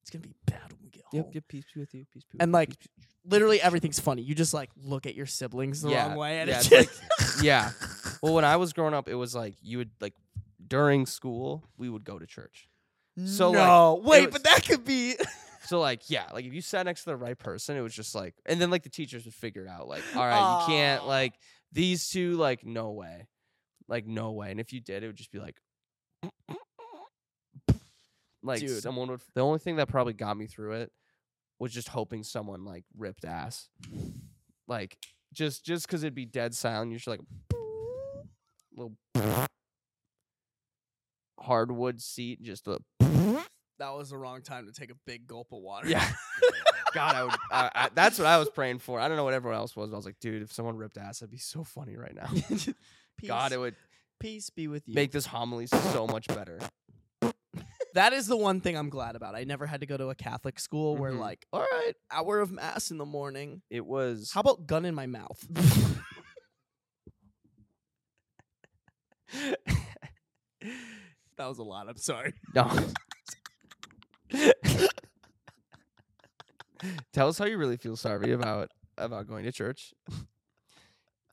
S2: It's going to be bad when we get home.
S1: Get peace be with you. Peace be with
S2: And,
S1: you,
S2: like,
S1: peace be-
S2: Literally everything's funny. You just like look at your siblings the
S1: Yeah.
S2: wrong way and
S1: Yeah,
S2: it's,
S1: it's [LAUGHS]
S2: just
S1: yeah. Well, when I was growing up, it was like you would like during school we would go to church.
S2: [LAUGHS]
S1: So, like,
S2: no, wait,
S1: was-
S2: but that could be. [LAUGHS]
S1: So like yeah, like if you sat next to the right person, it was just like, and then like the teachers would figure it out, like, all right, you can't
S2: Aw.
S1: like these two, like no way, like no way. And if you did, it would just be like, [LAUGHS] like
S2: Dude.
S1: someone would. The only thing that probably got me through it was just hoping someone like ripped ass, like just just because it'd be dead silent. You're just like [LAUGHS] little [LAUGHS] hardwood seat, just a
S2: That was the wrong time to take a big gulp of water.
S1: Yeah.
S2: [LAUGHS]
S1: God, I would. I, I, that's what I was praying for. I don't know what everyone else was. But I was like, dude, if someone ripped ass, that'd be so funny right now.
S2: [LAUGHS] peace,
S1: God, it would
S2: peace be with you.
S1: make this homily so much better.
S2: that is the one thing I'm glad about. I never had to go to a Catholic school where,
S1: Mhm.
S2: like, all right, hour of mass in the morning.
S1: It was.
S2: How about gun in my mouth? [LAUGHS] that was a lot. I'm sorry.
S1: No. [LAUGHS] Tell us how you really feel sorry about about going to church. [LAUGHS]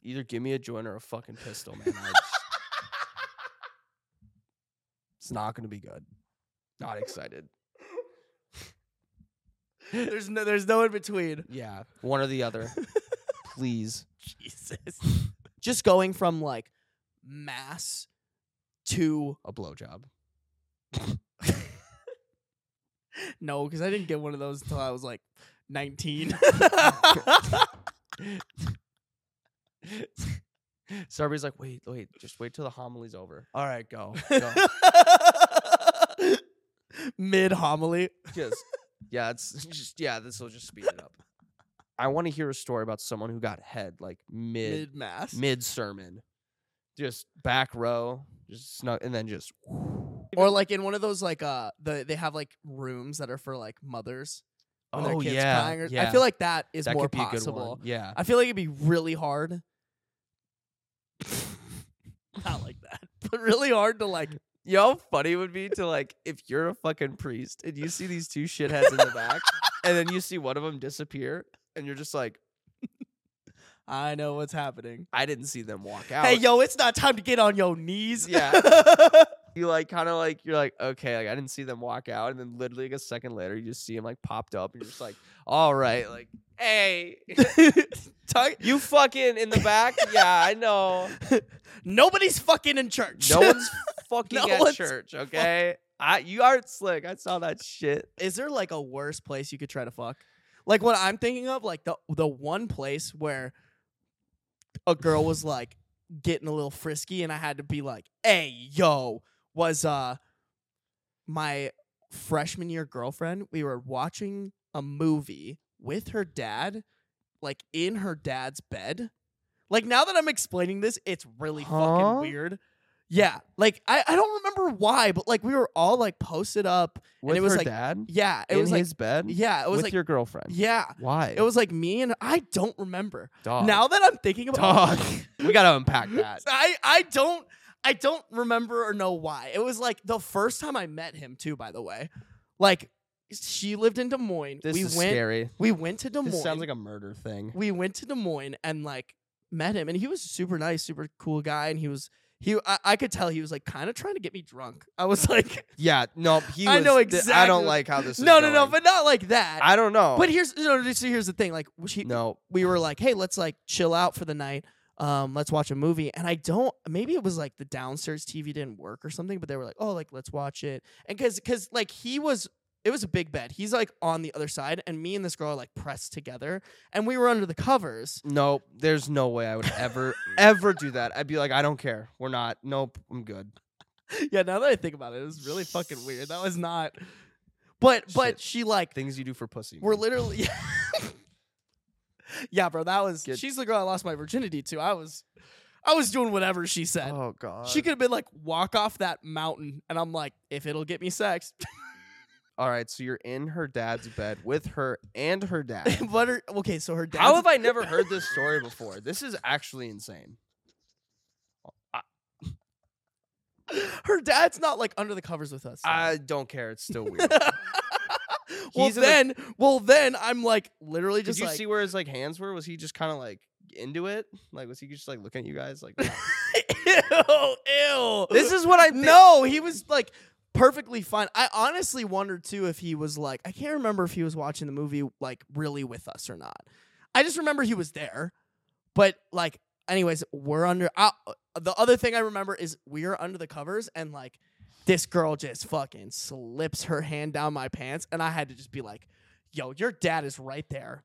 S1: Either give me a joint or a fucking pistol, man. I just- it's not going to be good. Not excited.
S2: There's no, there's no in between.
S1: Yeah, one or the other. Please.
S2: Jesus. [LAUGHS] Just going from like mass to
S1: A [LAUGHS] blowjob.
S2: no, because I didn't get one of those until I was like 19.
S1: So everybody's like, wait, wait, just wait till the homily's over. [LAUGHS] All right,
S2: [LAUGHS]
S1: go. go.
S2: Mid homily.
S1: [LAUGHS] just Yeah, it's just yeah. This will just speed it up. I want to hear a story about someone who got head like mid
S2: Mid mass.
S1: mid sermon, just back row, just snug, and then just [LAUGHS]
S2: or like in one of those like uh the they have like rooms that are for like mothers when their kids crying or, I feel like that is
S1: Oh, that
S2: more
S1: could be
S2: possible.
S1: a good one. Yeah,
S2: I feel like it'd be really hard. [LAUGHS] Not like that, [LAUGHS] but really hard to like.
S1: you know how funny it would be to like if you're a fucking priest and you see these two shitheads in the back, and then you see one of them disappear, and you're just like,
S2: I know what's happening.
S1: I didn't see them walk out.
S2: Hey, yo, it's not time to get on your knees.
S1: Yeah. you like kind of like you're like okay like i didn't see them walk out and then literally like a second later you just see him like popped up and you're just like all right like hey
S2: [LAUGHS]
S1: [LAUGHS]
S2: Talk-
S1: you fucking in the back yeah i know
S2: [LAUGHS] Nobody's fucking in church.
S1: no one's fucking
S2: No
S1: at
S2: one's
S1: church okay i you aren't slick i saw that shit
S2: is there like a worse place you could try to fuck? Like what I'm thinking of, like the the one place where a girl was like getting a little frisky, and I had to be like, "Hey, yo," was uh my freshman year girlfriend. We were watching a movie with her dad, like in her dad's bed. Like now that I'm explaining this, it's really
S1: Huh?
S2: fucking weird. Yeah, like I, I don't remember why, but like we were all like posted up
S1: with
S2: it was
S1: her
S2: like-
S1: dad
S2: yeah, it
S1: in
S2: was like
S1: his bed
S2: yeah, it
S1: Mm-hmm.
S2: was
S1: with
S2: like
S1: your girlfriend
S2: yeah,
S1: why
S2: it was like me and I don't remember.
S1: dog
S2: Now that I'm thinking about
S1: dog we gotta unpack that
S2: [LAUGHS] I I don't I don't remember or know why. It was like the first time I met him too. By the way, like she lived in Des Moines.
S1: this
S2: we
S1: is
S2: went
S1: scary
S2: we went to Des Moines.
S1: this sounds like a murder thing
S2: we went to Des Moines and like met him, and he was super nice, super cool guy, and he was. He, I, I could tell he was like kind of trying to get me drunk. I was like,
S1: yeah no he
S2: I
S1: was-
S2: know
S1: th-
S2: exactly.
S1: i don't like how this is
S2: [LAUGHS] No, no, no,
S1: going.
S2: but not like that.
S1: I don't know.
S2: But here's no, no, so here's the thing. Like she,
S1: no,
S2: we were like, hey, let's like chill out for the night. Um, let's watch a movie. And I don't maybe it was like the downstairs TV didn't work or something, but they were like, oh, like let's watch it. And cause cause like he was it was a big bed. He's like on the other side, and me and this girl are like pressed together, and we were under the covers. [LAUGHS]
S1: no, there's no way I would ever, ever do that. I'd be like, I don't care. We're not. Nope, I'm good.
S2: yeah, now that I think about it, it was really fucking weird. That was not but
S1: Shit.
S2: but she like
S1: Things you do for pussy.
S2: We're
S1: man.
S2: literally [LAUGHS] Yeah, bro, that was
S1: Good.
S2: she's the girl I lost my virginity to. I was I was doing whatever she said.
S1: Oh god.
S2: she could have been like, walk off that mountain, and I'm like, if it'll get
S1: [LAUGHS]
S2: me sex. [LAUGHS]
S1: All right, so you're in her dad's bed with her and her [LAUGHS] dad.
S2: but her, okay, so her dad.
S1: How have I never heard this story before? This is actually insane.
S2: her dad's not like under the covers with us.
S1: I don't care. It's still [LAUGHS] weird.
S2: well
S1: He's in the-
S2: then, well then, I'm like literally
S1: Did
S2: just
S1: you
S2: like,
S1: see where his like hands were? Was he just kind of like into it? Like was he just like looking at you guys? [LAUGHS] Like
S2: ew, ew.
S1: this is what I know.
S2: no. He was like perfectly fine. I honestly wondered too if he was like, I can't remember if he was watching the movie like really with us or not. I just remember he was there, but like, anyways, we're under. I, the other thing I remember is we are under the covers and like this girl just fucking slips her hand down my pants, and I had to just be like, "Yo, your dad is right there."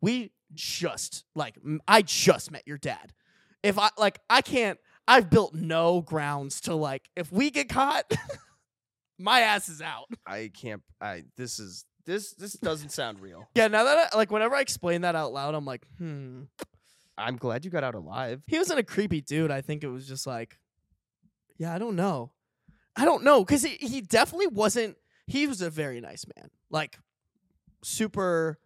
S2: We just like m- I just met your dad. If I like, I can't. I've built no grounds to like. If we get caught, [LAUGHS] my ass is out.
S1: I can't. I this is this this doesn't sound real.
S2: Yeah. Now that I, like, whenever I explain that out loud, I'm like, hmm.
S1: I'm glad you got out alive.
S2: he wasn't a creepy dude. I think it was just like, yeah, I don't know. I don't know. Cause he, he definitely wasn't, he was a very nice man. Like, super.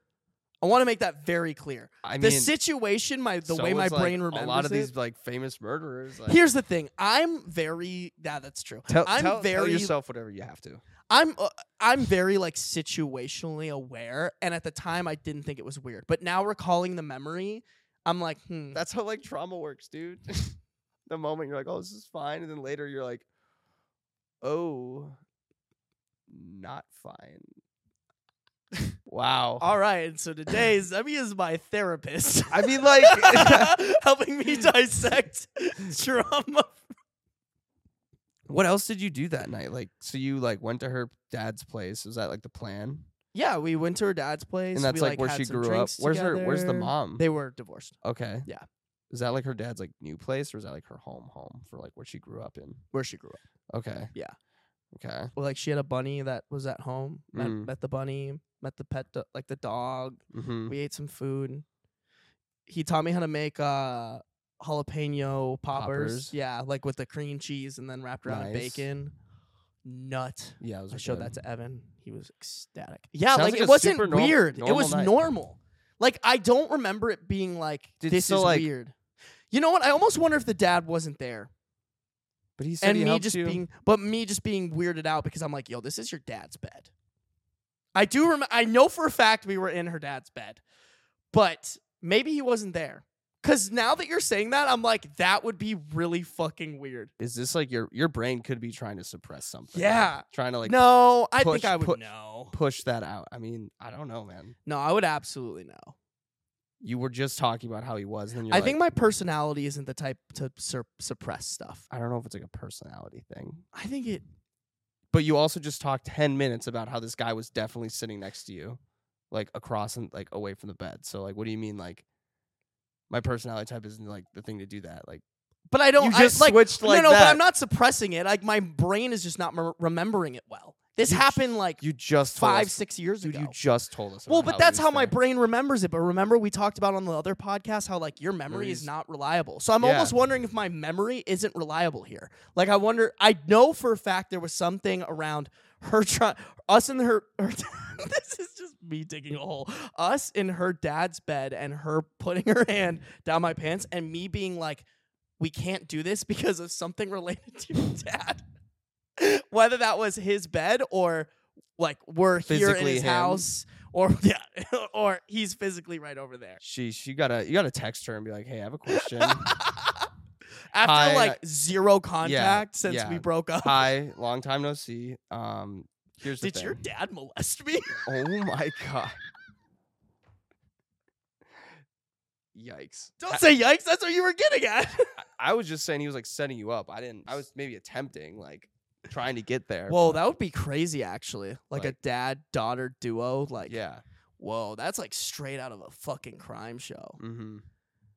S2: I want to make that very clear.
S1: I
S2: the
S1: mean,
S2: situation, my the
S1: so
S2: way my
S1: is, like,
S2: brain remembers
S1: a lot of
S2: it-
S1: these like famous murderers. Like,
S2: Here's the thing. I'm very. Yeah, that's true.
S1: tell,
S2: I'm
S1: tell- tell
S2: very
S1: yourself whatever you have
S2: [LAUGHS]
S1: to.
S2: I'm uh, I'm very like situationally aware, and at the time I didn't think it was weird, but now recalling the memory, I'm like, hmm.
S1: That's how like trauma works, dude. [LAUGHS] the moment you're like, oh, this is fine, and then later you're like, oh, not fine. wow.
S2: All right, so [LAUGHS] today Zebby is my therapist,
S1: I [LAUGHS] mean, like,
S2: [LAUGHS] helping me [LAUGHS] dissect trauma.
S1: what else did you do that night? Like, so you like went to her dad's place. Was that like the plan?
S2: Yeah, we went to her dad's place,
S1: And that's
S2: we,
S1: like, where
S2: had
S1: she
S2: some
S1: grew up.
S2: drinks
S1: Where's her? Where's the
S2: together.
S1: mom?
S2: They were divorced,
S1: Okay.
S2: Yeah.
S1: Is that like her dad's like new place or is that like her home home for like where she grew up in?
S2: where she grew up.
S1: Okay.
S2: Yeah.
S1: Okay.
S2: Well, like she had a bunny that was at home, met,
S1: Mm.
S2: met the bunny. met the pet, do- like the dog.
S1: Mm-hmm.
S2: We ate some food. He taught me how to make uh, jalapeno poppers.
S1: Poppers.
S2: Yeah, like with the cream cheese and then wrapped around in
S1: Nice.
S2: bacon. Nut.
S1: Yeah, it was
S2: I
S1: a
S2: showed
S1: good-
S2: that to Evan. He was ecstatic. Yeah,
S1: Sounds
S2: like,
S1: like
S2: it
S1: a
S2: wasn't
S1: super norm-
S2: weird. It
S1: normal
S2: was
S1: night.
S2: normal. Like I don't remember it being like
S1: Did-
S2: this
S1: so,
S2: is
S1: like-
S2: weird. You know what? I almost wonder if the dad wasn't there
S1: But he said
S2: and
S1: he
S2: me
S1: helped
S2: just
S1: you.
S2: being, but me just being weirded out because I'm like, yo, this is your dad's bed. I do remember. I know for a fact we were in her dad's bed, but maybe he wasn't there. Cause now that you're saying that, I'm like, that would be really fucking weird.
S1: Is this like your your brain could be trying to suppress something?
S2: Yeah.
S1: Trying to like
S2: no, I
S1: push-
S2: think I would
S1: push-
S2: know.
S1: push that out. I mean, I don't know, man.
S2: No, I would absolutely know.
S1: You were just talking about how he was, and then you're
S2: I
S1: like,
S2: think my personality isn't the type to sur- suppress stuff.
S1: I don't know if it's like a personality thing.
S2: I think it.
S1: But you also just talked ten minutes about how this guy was definitely sitting next to you, like across and like away from the bed. So like, what do you mean like? My personality type isn't like the thing to do that. Like
S2: But I don't.
S1: you
S2: I-
S1: just
S2: like,
S1: switched like
S2: no, no.
S1: that.
S2: But I'm not suppressing it. Like my brain is just not mer- remembering it well. This
S1: You j-
S2: happened like
S1: you just told
S2: five,
S1: us,
S2: six years
S1: dude.
S2: ago.
S1: You just told us.
S2: well,
S1: about
S2: but that's
S1: he
S2: how
S1: was
S2: my
S1: there.
S2: brain remembers it. But remember, we talked about on the other podcast how like your memory is
S1: Memories.
S2: not reliable. So I'm
S1: Yeah.
S2: almost wondering if my memory isn't reliable here. Like I wonder. I know for a fact there was something around her trying us and her. her [LAUGHS] this is just me digging a hole. Us in her dad's bed and her putting her hand down my pants and me being like, we can't do this because of something related to your dad. [LAUGHS] Whether that was his bed or like we're here in
S1: Physically
S2: his
S1: him.
S2: house or [LAUGHS] yeah, or he's physically right over there.
S1: [LAUGHS] She she gotta you gotta text her and be like, hey, I have a question.
S2: [LAUGHS] After
S1: Hi, uh,
S2: like zero contact since
S1: yeah.
S2: we broke up.
S1: Hi, long time no see. Um, here's the
S2: Did your
S1: thing.
S2: dad molest me? [LAUGHS]
S1: oh my [LAUGHS] god. Yikes!
S2: Don't
S1: I,
S2: say yikes. That's what you were getting
S1: [LAUGHS]
S2: at.
S1: I was just saying he was like setting you up. I didn't. I was maybe attempting, like trying to get there.
S2: Whoa, that would be crazy actually. Like, a
S1: Like-
S2: dad daughter duo. Like,
S1: yeah.
S2: whoa, that's like straight out of a fucking crime show.
S1: Mm-hmm. It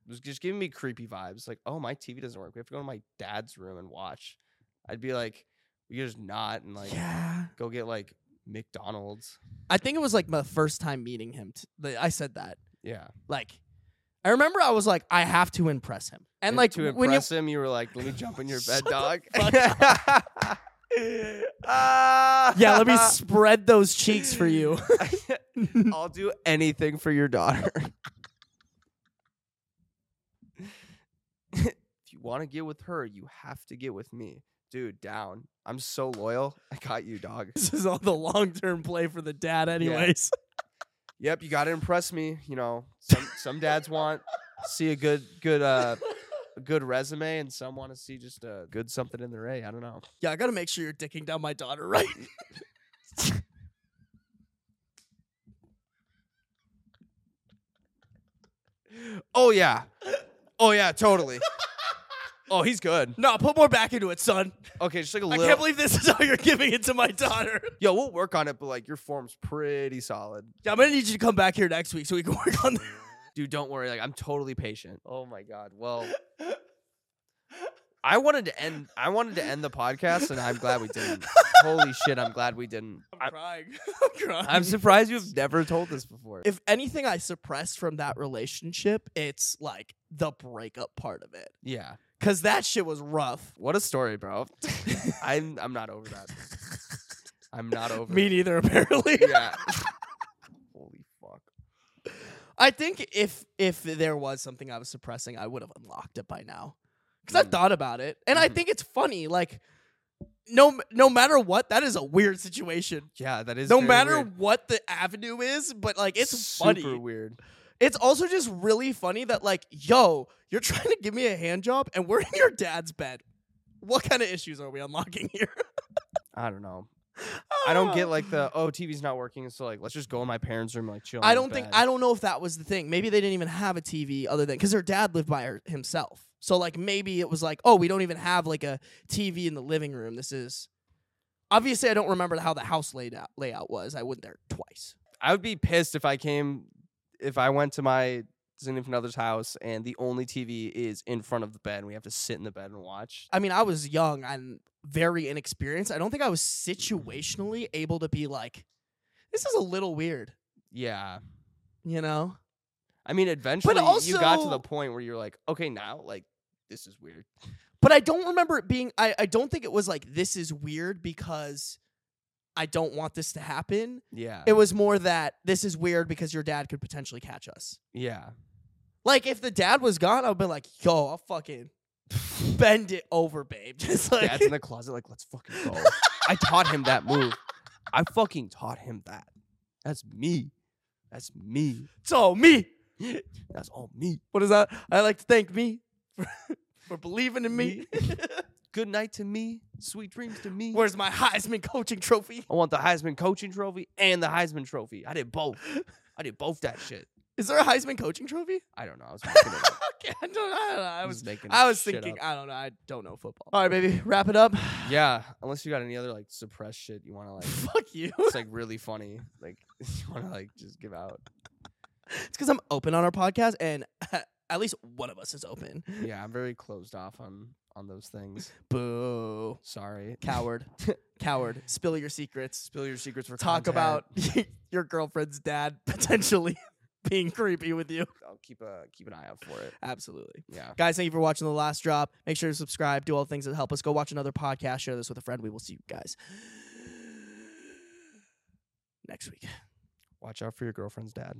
S1: was just giving me creepy vibes. Like, oh, my TV doesn't work. We have to go to my dad's room and watch. I'd be like, we could just not and like
S2: yeah.
S1: go get like McDonald's.
S2: I think it was like my first time meeting him. T- the- I said that.
S1: Yeah.
S2: Like, I remember I was like, I have to impress him. And, like,
S1: to
S2: when you [LAUGHS]
S1: impress him, you were like, "Let me jump in your bed,
S2: Shut the
S1: dog." [LAUGHS]
S2: yeah,
S1: yeah, [LAUGHS]
S2: let me spread those cheeks for you. [LAUGHS]
S1: I'll do anything for your daughter. [LAUGHS] if you want to get with her, you have to get with me, dude. Down. I'm so loyal. I got you, dog.
S2: this is all the long term play for the dad, anyways. [LAUGHS]
S1: Yep, you got to impress me. You know, some some dads want see a good good uh a good resume, and some want to see just a good something in their A. I don't know.
S2: Yeah, I gotta make sure you're dicking down my daughter, right? [LAUGHS]
S1: Oh yeah. Oh yeah, totally. oh, he's good.
S2: no, put more back into it, son.
S1: Okay, just like a
S2: I
S1: little.
S2: can't believe this is how you're giving it to my daughter.
S1: Yo, we'll work on it, but like your form's pretty solid.
S2: Yeah, I'm gonna need you to come back here next week so we can work on this.
S1: Dude, don't worry. Like I'm totally patient. Oh my god. Well, I wanted to end I wanted to end the podcast and I'm glad we
S2: [LAUGHS]
S1: didn't. Holy shit, I'm glad we didn't.
S2: I'm
S1: I,
S2: crying. [LAUGHS] I'm crying.
S1: I'm surprised you've never told this before.
S2: if anything I suppressed from that relationship, it's like the breakup part of it.
S1: yeah.
S2: Cause that shit was rough.
S1: What a story,
S2: [LAUGHS]
S1: bro. I'm I'm not over that. I'm not over
S2: Me
S1: it.
S2: neither, [LAUGHS] apparently.
S1: Yeah. Holy fuck.
S2: I think if if there was something I was suppressing, I would have unlocked it by now. Because I've
S1: Mm.
S2: thought about it, and I
S1: Mhm.
S2: think it's funny. Like, no no matter what, that is a weird situation.
S1: Yeah, that is
S2: no
S1: very
S2: matter
S1: weird.
S2: what the avenue is, but like it's
S1: super
S2: funny.
S1: weird.
S2: It's also just really funny that like, yo, you're [LAUGHS] trying to give me a hand job, and we're in your dad's bed. What kind of issues are we unlocking here?
S1: I don't know. I don't
S2: Ah.
S1: get like the oh TV's not working, so like let's just go in my parents' room and, like chill.
S2: I don't think I don't know if that was the thing. Maybe they didn't even have a TV other than because her dad lived by her, himself. So like maybe it was like, oh, we don't even have like a TV in the living room. This is obviously I don't remember how the house layout layout was. I went there twice.
S1: I would be pissed if I came if I went to my significant other's house and the only TV is in front of the bed and we have to sit in the bed and watch.
S2: I mean, I was young and very inexperienced. I don't think I was situationally able to be like, This is a little weird,
S1: Yeah.
S2: you know?
S1: I mean, eventually you got to
S2: also-
S1: the point where you're like, okay, now like this is weird.
S2: But I don't remember it being I, I don't think it was like this is weird because I don't want this to happen.
S1: Yeah.
S2: It was more that this is weird because your dad could potentially catch us. [LAUGHS]
S1: yeah.
S2: Like if the dad was gone, I'd be like, yo, I'll
S1: [LAUGHS]
S2: fucking bend it over, babe. [LAUGHS] Just like
S1: Dad's in the closet, like, let's fucking go. I taught him that move. I fucking taught him that. That's me. That's me.
S2: it's all me.
S1: That's all me.
S2: What is that? I like to thank me for, for believing in me.
S1: Good night to me. Sweet dreams to me.
S2: [LAUGHS] Where's my Heisman coaching trophy?
S1: I want the Heisman coaching trophy and the Heisman trophy. I did both. I did both that shit.
S2: Is there a Heisman coaching trophy? [LAUGHS]
S1: I don't know. I was making it up.
S2: okay, I don't, I don't know.
S1: [LAUGHS]
S2: I
S1: I
S2: was,
S1: was making
S2: I was
S1: shit
S2: thinking.
S1: up.
S2: I don't know. I don't know football. All right, baby, wrap it up. [LAUGHS]
S1: Yeah. Unless you got any other like suppressed shit you want to [LAUGHS] like
S2: Fuck you. [LAUGHS]
S1: it's like really funny. Like [LAUGHS] you want to like just give out.
S2: It's because I'm open on our podcast, and [LAUGHS] at least one of us is open.
S1: Yeah, I'm very closed off on on those things.
S2: Boo,
S1: Sorry.
S2: coward, [LAUGHS] coward. Spill your secrets.
S1: Spill your secrets for
S2: Talk
S1: content.
S2: about [LAUGHS] your girlfriend's dad [LAUGHS] potentially being creepy with you.
S1: I'll keep a keep an eye out [SIGHS] for it.
S2: Absolutely.
S1: Yeah.
S2: Guys, thank you for watching The Last Drop. Make sure to subscribe, do all the things that help us. Go watch another podcast, share this with a friend. We will see you guys next week.
S1: Watch out for your girlfriend's dad.